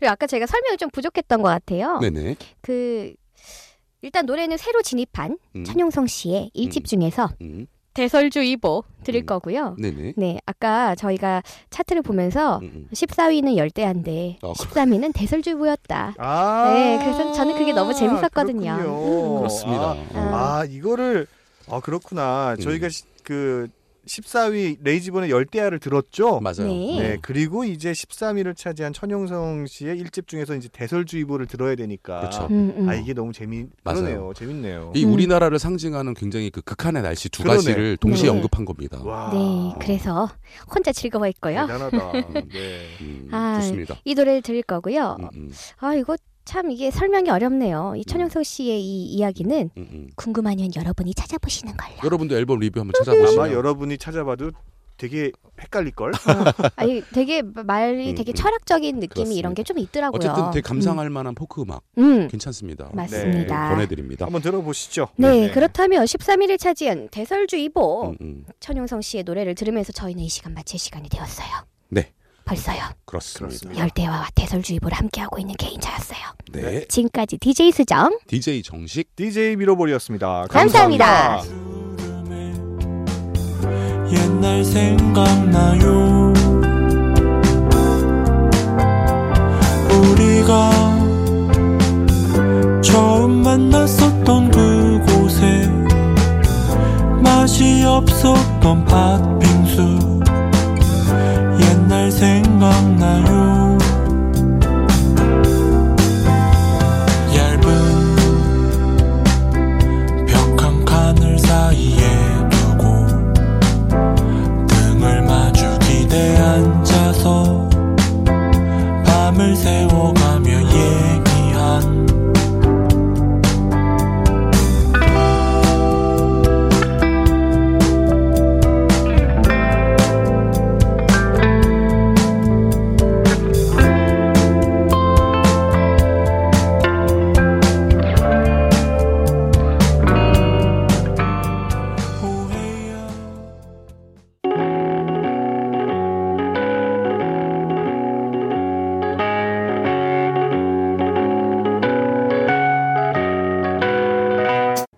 S1: 그리고 아까 제가 설명이 좀 부족했던 것 같아요.
S2: 네네.
S1: 그 일단 노래는 새로 진입한
S2: 음.
S1: 천용성 씨의 일집
S2: 음.
S1: 중에서
S2: 음.
S1: 대설주의보 들을
S2: 음.
S1: 거고요.
S2: 네네.
S1: 네, 아까 저희가 차트를 보면서
S2: 음, 음.
S1: 14위는 열대한데
S2: 아,
S1: 13위는 대설주의보였다.
S3: 아.
S1: 네, 그래서 저는 그게 너무 재밌었거든요.
S3: 그렇군요.
S1: 음.
S2: 그렇습니다.
S3: 아,
S2: 어.
S3: 아, 이거를 아 그렇구나.
S2: 음.
S3: 저희가 시- 그 14위 레이지본의 열대야를 들었죠.
S2: 맞아요.
S1: 네.
S3: 네, 그리고 이제 13위를 차지한 천용성 씨의 일집 중에서 이제 대설주의보를 들어야 되니까.
S2: 그렇죠.
S1: 음, 음.
S3: 아 이게 너무 재미
S2: 맞아요.
S3: 그러네요. 재밌네요.
S2: 이
S1: 음.
S2: 우리나라를 상징하는 굉장히 그 극한의 날씨 두
S3: 그러네.
S2: 가지를 동시에
S1: 네.
S2: 언급한 겁니다.
S3: 와.
S1: 네,
S2: 아.
S1: 그래서 혼자
S2: 네.
S1: 즐거워했고요.
S3: 대단하다. 네.
S2: 음,
S1: 아,
S2: 좋습니다.
S1: 이 노래를 들을 거고요.
S2: 음, 음,
S1: 아 이거 참 이게 설명이 어렵네요. 이 천영석 씨의 이 이야기는
S2: 음, 음.
S1: 궁금하면 여러분이 찾아보시는 걸로.
S2: 여러분도 앨범 리뷰 한번
S3: 아마
S2: 찾아보시면
S3: 여러분이 찾아봐도 되게 헷갈릴 걸.
S1: 아니 되게 말이
S2: 음,
S1: 되게
S2: 음.
S1: 철학적인 느낌이 이런 게 좀 있더라고요.
S2: 어쨌든 되게 감상할 만한 포크 음악 네,
S1: 음, 음,
S2: 괜찮습니다.
S1: 맞습니다.
S2: 권해드립니다.
S3: 한번 들어보시죠.
S1: 네, 그렇다면 13일을 차지한 대설주의보
S2: 음, 음.
S1: 천용성 씨의 노래를 들으면서 저희는 이 시간 마칠 시간이 되었어요.
S2: 네.
S1: 벌써요.
S2: 그렇습니다.
S1: 열대와와 대설주의보를 함께하고 있는 개인차였어요.
S2: 네.
S1: 지금까지 DJ 수정.
S2: DJ 정식
S3: DJ 밀어버렸습니다.
S1: 감사합니다.
S8: 옛날 생각나요 우리가 처음 만났었던 그곳에 맛이 없었던 팥빙수 옛날 생각나요 얇은 벽 한 칸을 사이에 두고 등을 마주 기대 앉아서 밤을 세워가며 얘기한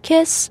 S9: Kiss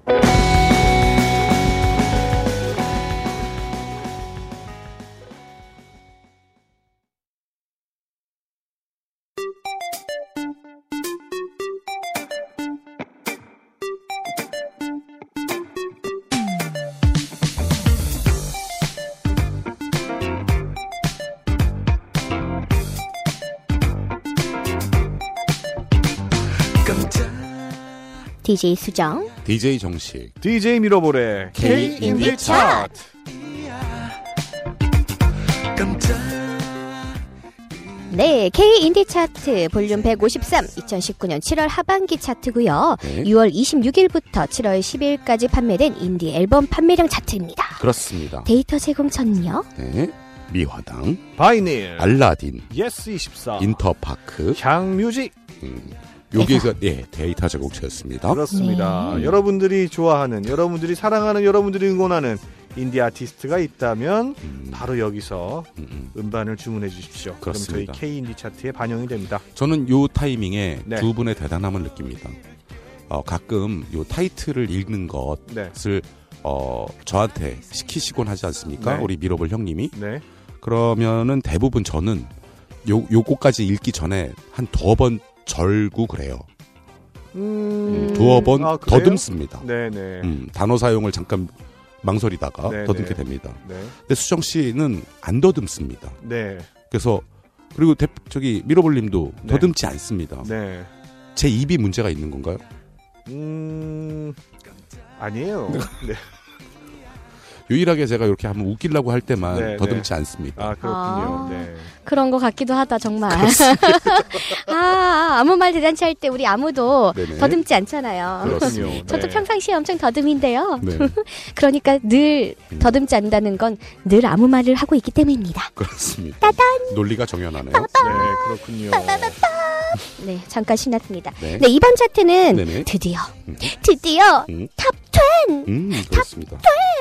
S1: DJ 수정.
S2: DJ 정식
S3: DJ 미러볼의 K 인디 차트.
S1: 네, K 인디 차트 볼륨 153 2019년 7월 하반기 차트고요.
S2: 네.
S1: 6월 26일부터 7월 10일까지 판매된 인디 앨범 판매량 차트입니다.
S2: 그렇습니다.
S1: 데이터 제공처는요.
S2: 네. 미화당,
S3: 바이닐.
S2: 알라딘,
S3: 예스 24.
S2: 인터파크.
S3: 향뮤직
S2: 음. 여기에서 예 데이터 제공처였습니다.
S3: 그렇습니다.
S2: 네.
S3: 여러분들이 좋아하는, 여러분들이 사랑하는, 여러분들이 응원하는 인디 아티스트가 있다면
S2: 음,
S3: 바로 여기서
S2: 음, 음.
S3: 음반을 주문해 주십시오.
S2: 그렇습니다.
S3: 그럼 저희 K 인디 차트에 반영이 됩니다.
S2: 저는 요 타이밍에
S3: 네.
S2: 두 분의 대단함을 느낍니다. 어, 가끔 요 타이틀을 읽는 것을
S3: 네,
S2: 어, 저한테 시키시곤 하지 않습니까?
S3: 네.
S2: 우리 미러볼 형님이
S3: 네,
S2: 그러면은 대부분 저는 요 요거까지 읽기 전에 한 두어 번 절고 그래요. 음, 두어 번
S3: 아, 그래요?
S2: 더듬습니다.
S3: 네, 네,
S2: 음, 단어 사용을 잠깐 망설이다가
S3: 네,
S2: 더듬게
S3: 네.
S2: 됩니다.
S3: 네,
S2: 근데 수정 씨는 안 더듬습니다.
S3: 네,
S2: 그래서 그리고 대, 저기 미러볼님도
S3: 네.
S2: 더듬지 않습니다.
S3: 네.
S2: 제 입이 문제가 있는 건가요?
S3: 음, 아니에요. 네,
S2: 유일하게 제가 이렇게 한번 웃기려고 할 때만
S3: 네,
S2: 더듬지 않습니다.
S3: 아 그렇군요.
S1: 아.
S3: 네,
S1: 그런 것 같기도 하다 정말. 아, 아무 말 대잔치 할 때 우리 아무도
S2: 네네.
S1: 더듬지 않잖아요.
S3: 그렇군요.
S2: 그렇습니다.
S1: 저도
S3: 네.
S1: 평상시에 엄청 더듬인데요.
S2: 네,
S1: 그러니까 늘
S2: 음.
S1: 더듬지 않는다는 건 늘 아무 말을 하고 있기 때문입니다.
S2: 그렇습니다. 논리가 정연하네요.
S3: 네, 그렇군요.
S1: 네, 잠깐 신났습니다.
S2: 네.
S1: 네, 이번 차트는
S2: 네네.
S1: 드디어
S2: 음.
S1: 드디어
S2: 음.
S1: 탑
S2: 음, 그렇습니다.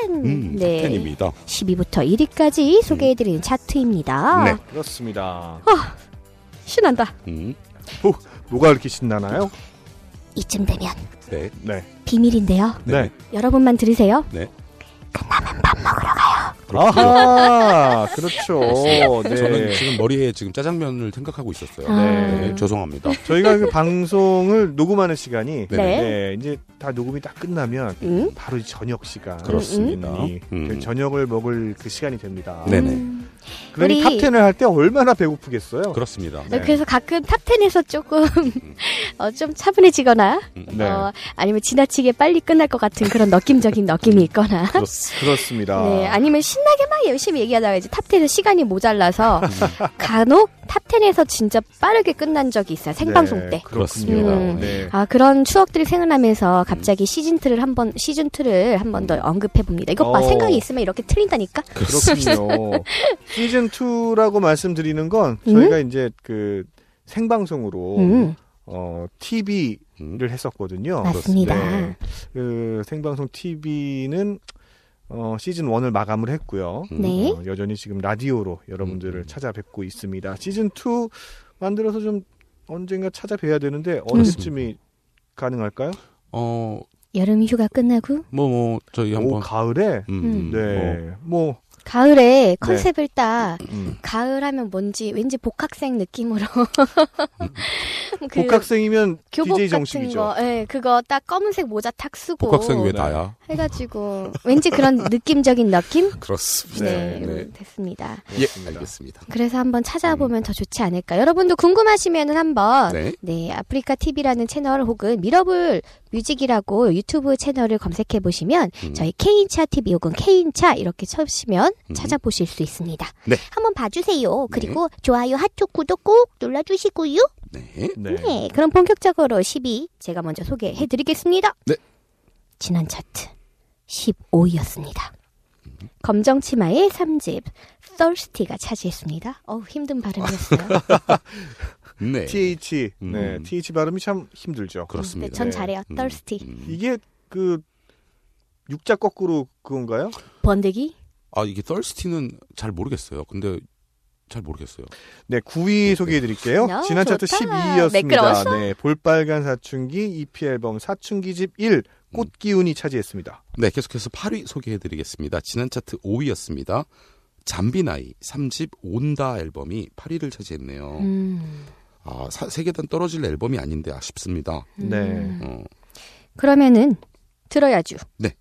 S2: 음,
S1: 네.
S2: 탑텐입니다.
S1: 10위부터 1위까지 소개해드리는 차트입니다.
S2: 음. 네.
S3: 그렇습니다.
S1: 신난다.
S2: 음,
S3: 뭐가 이렇게 신나나요?
S7: 이쯤 되면
S2: 네,
S3: 네,
S1: 비밀인데요.
S2: 네.
S1: 여러분만 들으세요.
S3: 아하, 그렇죠.
S2: 저는
S3: 네.
S2: 지금 머리에 지금 짜장면을 생각하고 있었어요.
S1: 아.
S2: 네,
S3: 네.
S2: 죄송합니다.
S3: 저희가 그 방송을 녹음하는 시간이
S2: 네.
S3: 네.
S1: 네.
S3: 이제 다 녹음이 다 끝나면
S1: 음?
S3: 바로 이 저녁 시간
S2: 그렇습니다.
S3: 이
S2: 음.
S3: 그 저녁을 먹을 그 시간이 됩니다.
S2: 네. 네네.
S1: 음.
S3: 그러니
S1: 우리-
S3: 탑10을 할 때 얼마나 배고프겠어요?
S2: 그렇습니다.
S3: 네.
S1: 그래서 가끔 탑10에서 조금 어, 좀 차분해지거나
S2: 음,
S3: 네.
S1: 어, 아니면 지나치게 빨리 끝날 것 같은 그런 느낌적인 느낌이 있거나
S3: 그렇, 습니다
S1: 네, 아니면 신나게 막 열심히 얘기하다가 이제 탑10에서 시간이 모자라서 간혹 탑10에서 진짜 빠르게 끝난 적이
S2: 네.
S1: 있어요. 생방송 때.
S3: 그렇습니다.
S1: 음.
S3: 네. 음.
S1: 아 그런 추억들이 생각나면서 갑자기 시즌 2를 한번 시즌 2를 한 번 더 언급해 봅니다. 이것 봐
S3: 어.
S1: 생각이 있으면 이렇게 틀린다니까.
S3: 그렇군요. 시즌 2라고 말씀드리는 건 저희가 이제 그 생방송으로
S1: 음.
S3: 어, TV
S2: 음.
S3: 를 했었거든요.
S1: 맞습니다.
S3: 네. 그 생방송 TV는 어, 시즌 1을 마감을 했고요.
S1: 네.
S3: 어, 여전히 지금 라디오로 여러분들을
S2: 음.
S3: 찾아뵙고 있습니다. 시즌 2 만들어서 좀 언젠가 찾아뵈야 되는데 언제쯤이 가능할까요?
S2: 어,
S1: 여름 휴가 끝나고
S2: 뭐, 뭐, 저희
S3: 오,
S2: 한번.
S3: 가을에.
S2: 음, 뭐,
S3: 네. 뭐
S1: 가을에 컨셉을 딱
S3: 음.
S1: 가을 하면 뭔지 왠지 복학생 느낌으로 그
S3: 복학생이면
S1: 교복
S3: DJ
S1: 같은
S3: 정식이죠.
S1: 거, 예, 그거 딱 검은색 모자 탁 쓰고
S2: 복학생 왜
S3: 네.
S2: 나야?
S1: 해가지고 왠지 그런 느낌적인 느낌?
S2: 그렇습니다.
S1: 아, 네,
S3: 네,
S1: 됐습니다.
S2: 예, 알겠습니다.
S1: 그래서 한번
S3: 음.
S1: 찾아보면 더 좋지 않을까. 여러분도 궁금하시면은 한번
S2: 네.
S1: 네, 아프리카 TV라는 채널 혹은 미러블 뮤직이라고 유튜브 채널을 검색해 보시면
S2: 음.
S1: 저희 케인차 TV 혹은 케인차 이렇게 쳐시면
S2: 음.
S1: 찾아보실 수 있습니다.
S2: 네.
S1: 한번 봐주세요. 그리고 좋아요, 하트, 구독 꼭 눌러주시고요.
S2: 네.
S3: 네.
S1: 네. 그럼 본격적으로 10위 제가 먼저 소개해 드리겠습니다.
S2: 네.
S1: 지난 차트 15위였습니다. 검정 치마의 3집 Thirsty가 차지했습니다. 어우 힘든 발음이었어요.
S2: 네.
S3: TH. 네.
S2: 음.
S3: TH 발음이 참 힘들죠.
S1: 네,
S2: 그렇습니다.
S1: 전
S3: 네.
S1: 잘해요.
S2: 음,
S1: Thirsty.
S2: 음.
S3: 이게 그 육자 거꾸로 그건가요?
S1: 번데기?
S2: 아, 이게 썰스티는 잘 모르겠어요. 근데 잘 모르겠어요.
S3: 네, 9위 소개해 드릴게요.
S1: 너무
S3: 지난 차트
S1: 좋다.
S3: 12위였습니다.
S1: 매끄러웠어?
S3: 네, 볼빨간 사춘기 EP 앨범 사춘기 집
S2: 음.
S3: 1, 꽃 기운이 차지했습니다.
S2: 네, 계속해서 8위 소개해드리겠습니다. 지난 차트 5위였습니다. 잠비나이 3집 온다 앨범이 8위를 차지했네요.
S1: 음.
S2: 아, 사- 세계단 떨어질 앨범이 아닌데 아쉽습니다.
S1: 음.
S3: 네.
S2: 어,
S1: 그러면은 들어야죠.
S2: 네.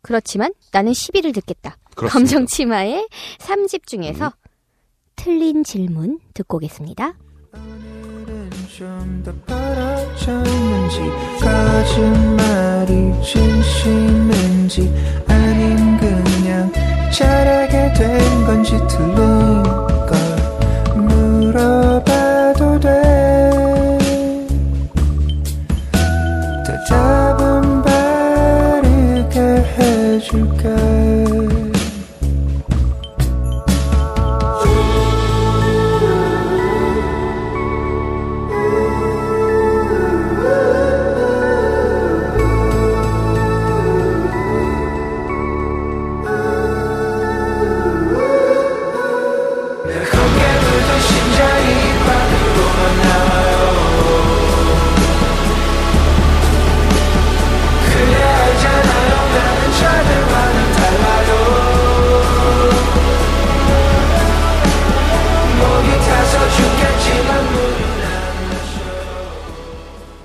S1: 그렇지만 나는 10위를 듣겠다.
S2: 그렇습니다. 음.
S1: 검정 치마의 3집 중에서 틀린 질문 듣고 오겠습니다.
S8: 오늘은 좀 더 떨어졌는지 거짓말이 진심인지 아님 그냥 잘하게 된 건지 틀린 걸 물어봐도 돼 대답은 바르게 해줄게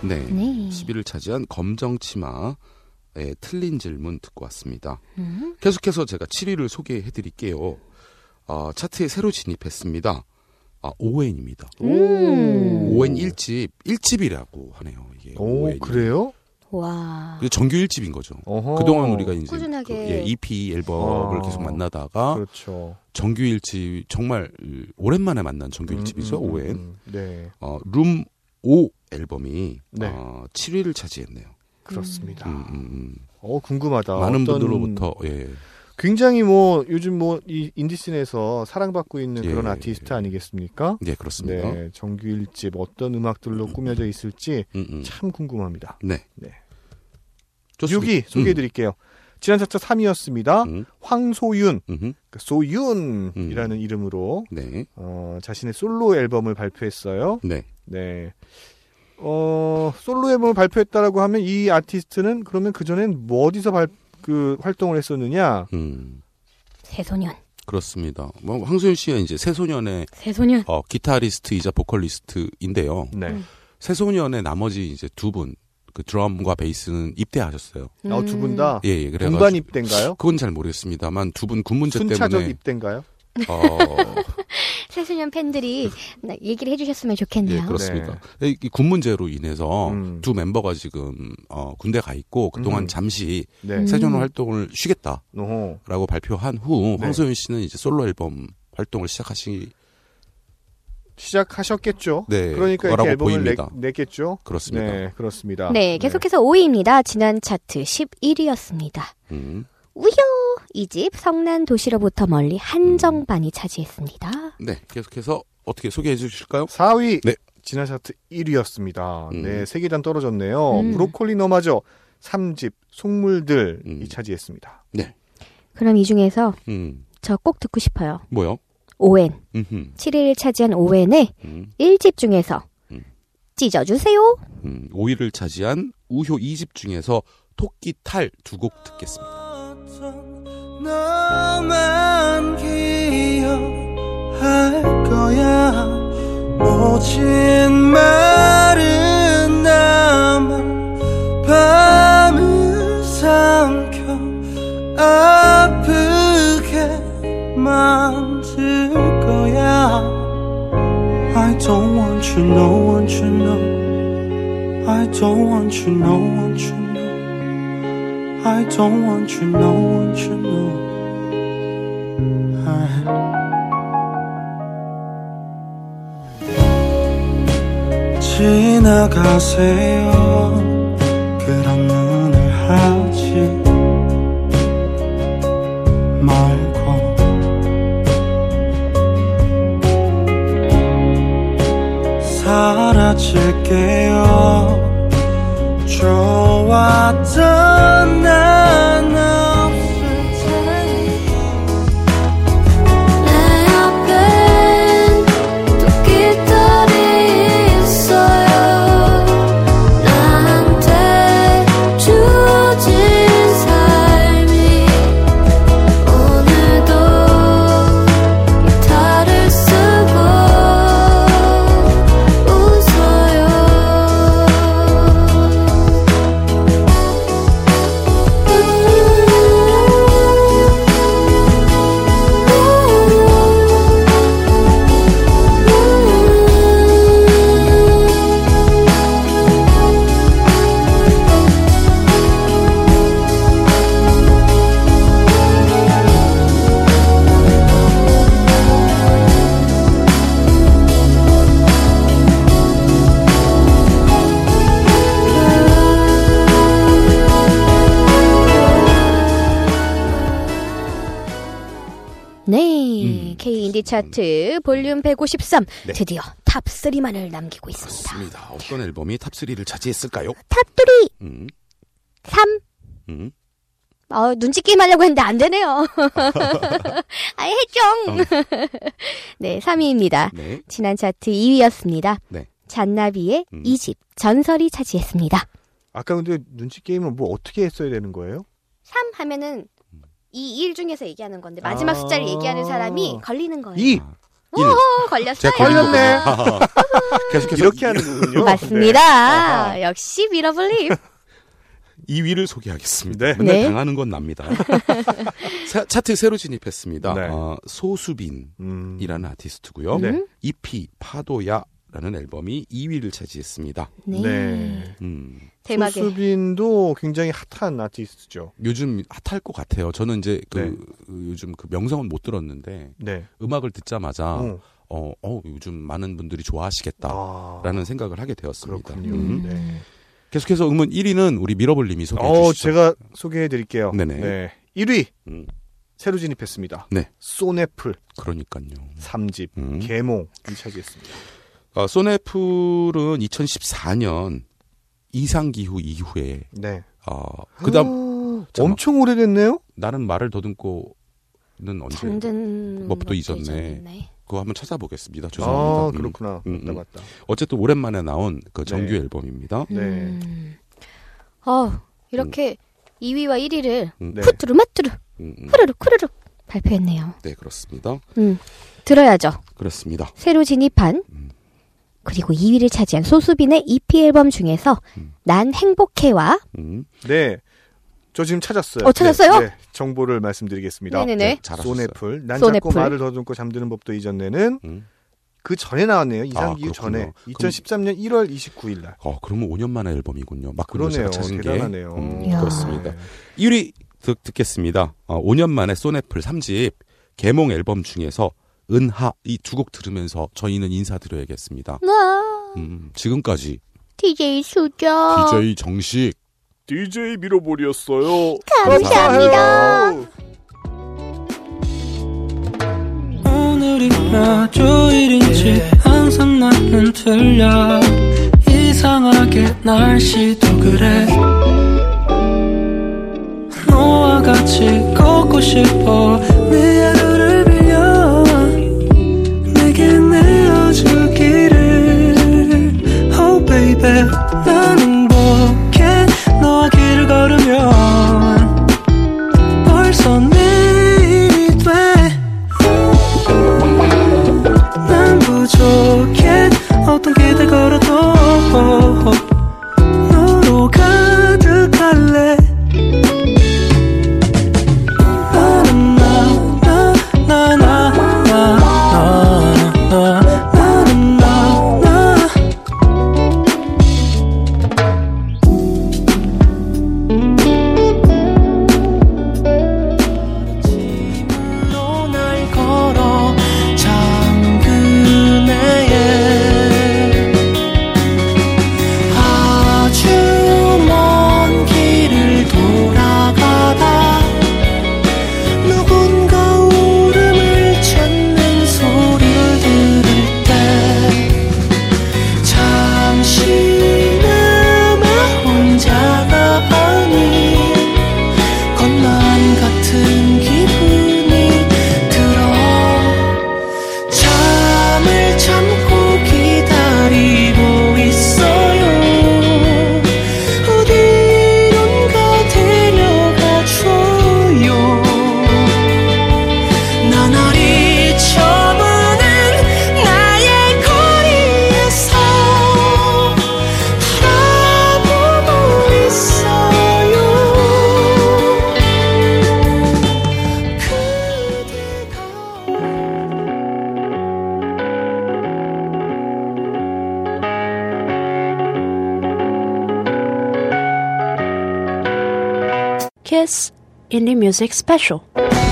S2: 네.
S1: 네.
S2: 10위를 차지한 검정 치마의 틀린 질문 듣고 왔습니다.
S1: 음.
S2: 계속해서 제가 7위를 소개해 드릴게요. 아, 차트에 새로 진입했습니다. 아, 오웬입니다.
S1: 음.
S2: 오웬 1집, 1집이라고 하네요. 이게
S3: 오,
S2: 예, 오웬이.
S3: 그래요?
S1: 와.
S2: 그래서 정규 1집인 거죠.
S3: 어허.
S2: 그동안 우리가 이제
S1: 꾸준하게.
S2: 그, 예, EP 앨범을
S3: 아.
S2: 계속 만나다가
S3: 그렇죠.
S2: 정규 1집 정말 음, 오랜만에 만난 정규 그 1집이죠.
S3: 음, 음,
S2: 오웬.
S3: 음, 네,
S2: 어, 룸 5 앨범이
S3: 네.
S2: 어, 7위를 차지했네요.
S3: 그렇습니다.
S2: 음, 음, 음.
S3: 어, 궁금하다.
S2: 많은
S3: 어떤
S2: 분들로부터 예.
S3: 굉장히 뭐 요즘 뭐 이 인디씬에서 사랑받고 있는
S2: 예.
S3: 그런 아티스트 아니겠습니까?
S2: 네, 그렇습니다.
S3: 네, 정규 1집 어떤 음악들로 꾸며져 있을지
S2: 음, 음.
S3: 참 궁금합니다.
S2: 네.
S3: 네.
S2: 좋습니다.
S3: 6위 소개해 드릴게요. 지난 차트 3위였습니다.
S2: 음,
S3: 황소윤,
S2: 음, 음,
S3: 그 소윤이라는 이름으로
S2: 네.
S3: 어, 자신의 솔로 앨범을 발표했어요.
S2: 네.
S3: 네. 어, 솔로 앨범을 발표했다라고 하면 이 아티스트는 그러면 그전엔 뭐 어디서 발, 그 활동을 했었느냐?
S2: 음.
S1: 새소년.
S2: 그렇습니다. 뭐 황소연 씨가 이제 새소년의
S1: 새소년.
S2: 어, 기타리스트이자 보컬리스트인데요.
S3: 네.
S2: 새소년의 나머지 이제 두 분 그 드럼과 베이스는 입대하셨어요.
S3: 어, 두 분 다
S2: 예, 예. 그래
S3: 동반 입대인가요?
S2: 그건 잘 모르겠습니다만 두 분 군 문제
S3: 순차적
S2: 때문에
S3: 입대인가요?
S2: 어,
S1: 새소년 팬들이 나- 얘기를 해주셨으면
S2: 예,
S1: 좋겠네요.
S2: 그렇습니다. 이 군 문제로 인해서
S3: 음.
S2: 두 멤버가 지금 어, 군대 가 있고 그동안
S3: 음.
S2: 잠시
S3: 네.
S1: 음.
S2: 세존 활동을 쉬겠다라고
S3: 어허.
S2: 발표한 후
S3: 네.
S2: 황소윤 씨는 이제 솔로 앨범 활동을 시작하시
S3: 시작하셨겠죠.
S2: 네,
S3: 그러니까 이렇게
S2: 거라고
S3: 앨범을 내,
S2: 보입니다.
S3: 냈겠죠.
S2: 그렇습니다.
S3: 네, 그렇습니다.
S1: 네, 계속해서 5위입니다. 지난 차트 11위였습니다.
S2: 음.
S1: 우효! 이 집 성난 도시로부터 멀리 한정반이 차지했습니다.
S2: 네, 계속해서 어떻게 소개해 주실까요?
S3: 4위.
S2: 네.
S3: 지난 차트 1위였습니다.
S2: 음.
S3: 네, 세계단 떨어졌네요.
S1: 음.
S3: 브로콜리 너마저 3집 속물들이
S2: 음.
S3: 차지했습니다.
S1: 그럼 이 중에서
S2: 음,
S1: 저 꼭 듣고 싶어요.
S2: 뭐요?
S1: 오웬.
S2: 음,
S1: 7위를 차지한 오웬의
S2: 음,
S1: 1집 중에서
S2: 음.
S1: 찢어주세요.
S2: 음, 5위를 차지한 우효 2집 중에서 토끼 탈 두 곡 듣겠습니다.
S8: 너만 기억할 거야 모진 말은 나만 밤을 삼켜 아프게 만들 거야 I don't want you, no want you, no I don't want you, no want you, no I don't want you, no want you, no. I... 지나가세요. 그런 눈을 하지 말고. 사라질게요. 좋았던 난 없을 테니
S4: 내 앞에
S1: 네,
S2: 음.
S1: K 인디 차트 볼륨 153
S2: 네.
S1: 드디어 탑 3만을 남기고 있습니다.
S2: 그렇습니다. 어떤 앨범이 탑3를 차지했을까요?
S1: 탑 3,
S2: 음,
S1: 3.
S2: 음.
S1: 어, 눈치 게임 하려고 했는데 안 되네요. 아예 해종.
S2: 어.
S1: 네, 3위입니다.
S2: 네.
S1: 지난 차트 2위였습니다.
S2: 네.
S1: 잔나비의
S2: 음.
S1: 이 집 전설이 차지했습니다.
S3: 아까 근데 눈치 게임을 뭐 어떻게 했어야 되는 거예요?
S1: 3 하면은
S2: 음.
S1: 이 일 중에서 얘기하는 건데 마지막 숫자를 얘기하는 사람이 걸리는 거예요.
S3: 이
S2: 아. 일.
S1: 오, 걸렸어요.
S2: 제가 걸린
S3: 걸렸네.
S2: 거구나. 계속해서
S3: 이렇게 하는 거군요.
S1: 맞습니다.
S3: 아하.
S1: 역시 밀어블립.
S2: 2위를 소개하겠습니다.
S3: 네.
S2: 맨날
S1: 네.
S2: 당하는 건 납니다. 차- 차트 새로 진입했습니다.
S3: 네.
S2: 어, 소수빈이라는
S3: 음.
S2: 아티스트고요.
S3: 네.
S2: EP 파도야라는 앨범이 2위를 차지했습니다.
S1: 네.
S2: 음,
S1: 대박의
S3: 수빈도 굉장히 핫한 아티스트죠.
S2: 요즘 핫할 것 같아요. 저는 이제 그
S3: 네.
S2: 그 요즘 그 명성은 못 들었는데
S3: 네.
S2: 음악을 듣자마자
S3: 어.
S2: 어, 어, 요즘 많은 분들이 좋아하시겠다라는
S3: 아,
S2: 생각을 하게 되었습니다.
S3: 그렇군요.
S2: 음.
S3: 네.
S2: 계속해서 음원 1위는 우리 미러볼님이 소개해
S3: 어,
S2: 주시죠.
S3: 제가 소개해 드릴게요.
S2: 네네.
S3: 네. 1위
S2: 음,
S3: 새로 진입했습니다.
S2: 네.
S3: 소네플
S2: 그러니까요.
S3: 3집
S2: 음.
S3: 개몽이 차지했습니다.
S2: 어, 소네풀은 2014년 이상기후 이후에
S3: 네.
S2: 어, 그다음
S3: 아,
S2: 잠깐만.
S3: 엄청 오래됐네요.
S2: 나는 말을 더듬고는 언제
S1: 잠든
S2: 법도
S1: 법도
S2: 잊었네.
S1: 잊었네.
S2: 그거 한번 찾아보겠습니다.
S3: 아,
S2: 죄송합니다. 음.
S3: 그렇구나.
S2: 음, 음.
S3: 맞다 맞다.
S2: 어쨌든 오랜만에 나온 그 정규
S3: 네.
S2: 앨범입니다.
S3: 네.
S1: 음. 어, 이렇게 2위와 1위를
S2: 음,
S3: 네.
S1: 후뚜루 마뚜루
S2: 음, 음.
S1: 후루룩 후루룩 발표했네요.
S2: 네, 그렇습니다.
S1: 음. 들어야죠.
S2: 그렇습니다.
S1: 새로 진입한
S2: 음.
S1: 그리고 2위를 차지한 소수빈의 EP 앨범 중에서
S2: 음.
S1: 난 행복해와
S2: 음.
S3: 네. 저 지금 찾았어요.
S1: 어, 찾았어요?
S3: 네. 네. 정보를 말씀드리겠습니다.
S1: 네네네.
S2: 잘하셨어요.
S3: 소네풀. 난
S1: 소네풀.
S3: 자꾸 말을 더듬고 잠드는 법도 잊었네는
S2: 음.
S3: 그 전에 나왔네요. 이상기후
S2: 그렇군요.
S3: 전에.
S2: 그럼-
S3: 2013년 1월 29일 날.
S2: 어, 그러면 5년 만에 앨범이군요. 막
S3: 그러네요.
S2: 찾은
S3: 대단하네요.
S2: 게. 음,
S1: 이야.
S2: 그렇습니다. 1위 듣, 듣겠습니다. 어, 5년 만에 소네플 3집 개몽 앨범 중에서 은하 이 두 곡 들으면서 저희는 인사드려야겠습니다.
S1: 와
S2: 음, 지금까지
S1: DJ 수정
S2: DJ 정식
S3: DJ
S8: 아.
S3: 밀어버렸어요.
S1: 감사합니다.
S8: 오늘인가 조일인지 항상 나는 틀려 이상하게 날씨도 그래 너와 같이 걷고 싶어 내 하루를 빌려 내게 내어주기를 Oh baby 난 행복해 너와 길을 걸으면 벌써 내일이 돼 난 부족해 어떤 길을 걸어도 너로 가득할래 나는 나나나나나나나 나는 나나 넌날 걸어 잠그네에 아주 먼 길을 돌아가다 누군가 울음을 찾는 소리를 들을 때 잠시나마 혼자가 아닌 건난 같은 기분이 들어 잠을 참고 기다리고 있어요 어디론가 데려가줘요 나날이 저무는 나의 거리에서 바라보고 있어요 그대가
S9: Kiss Indie Music Special.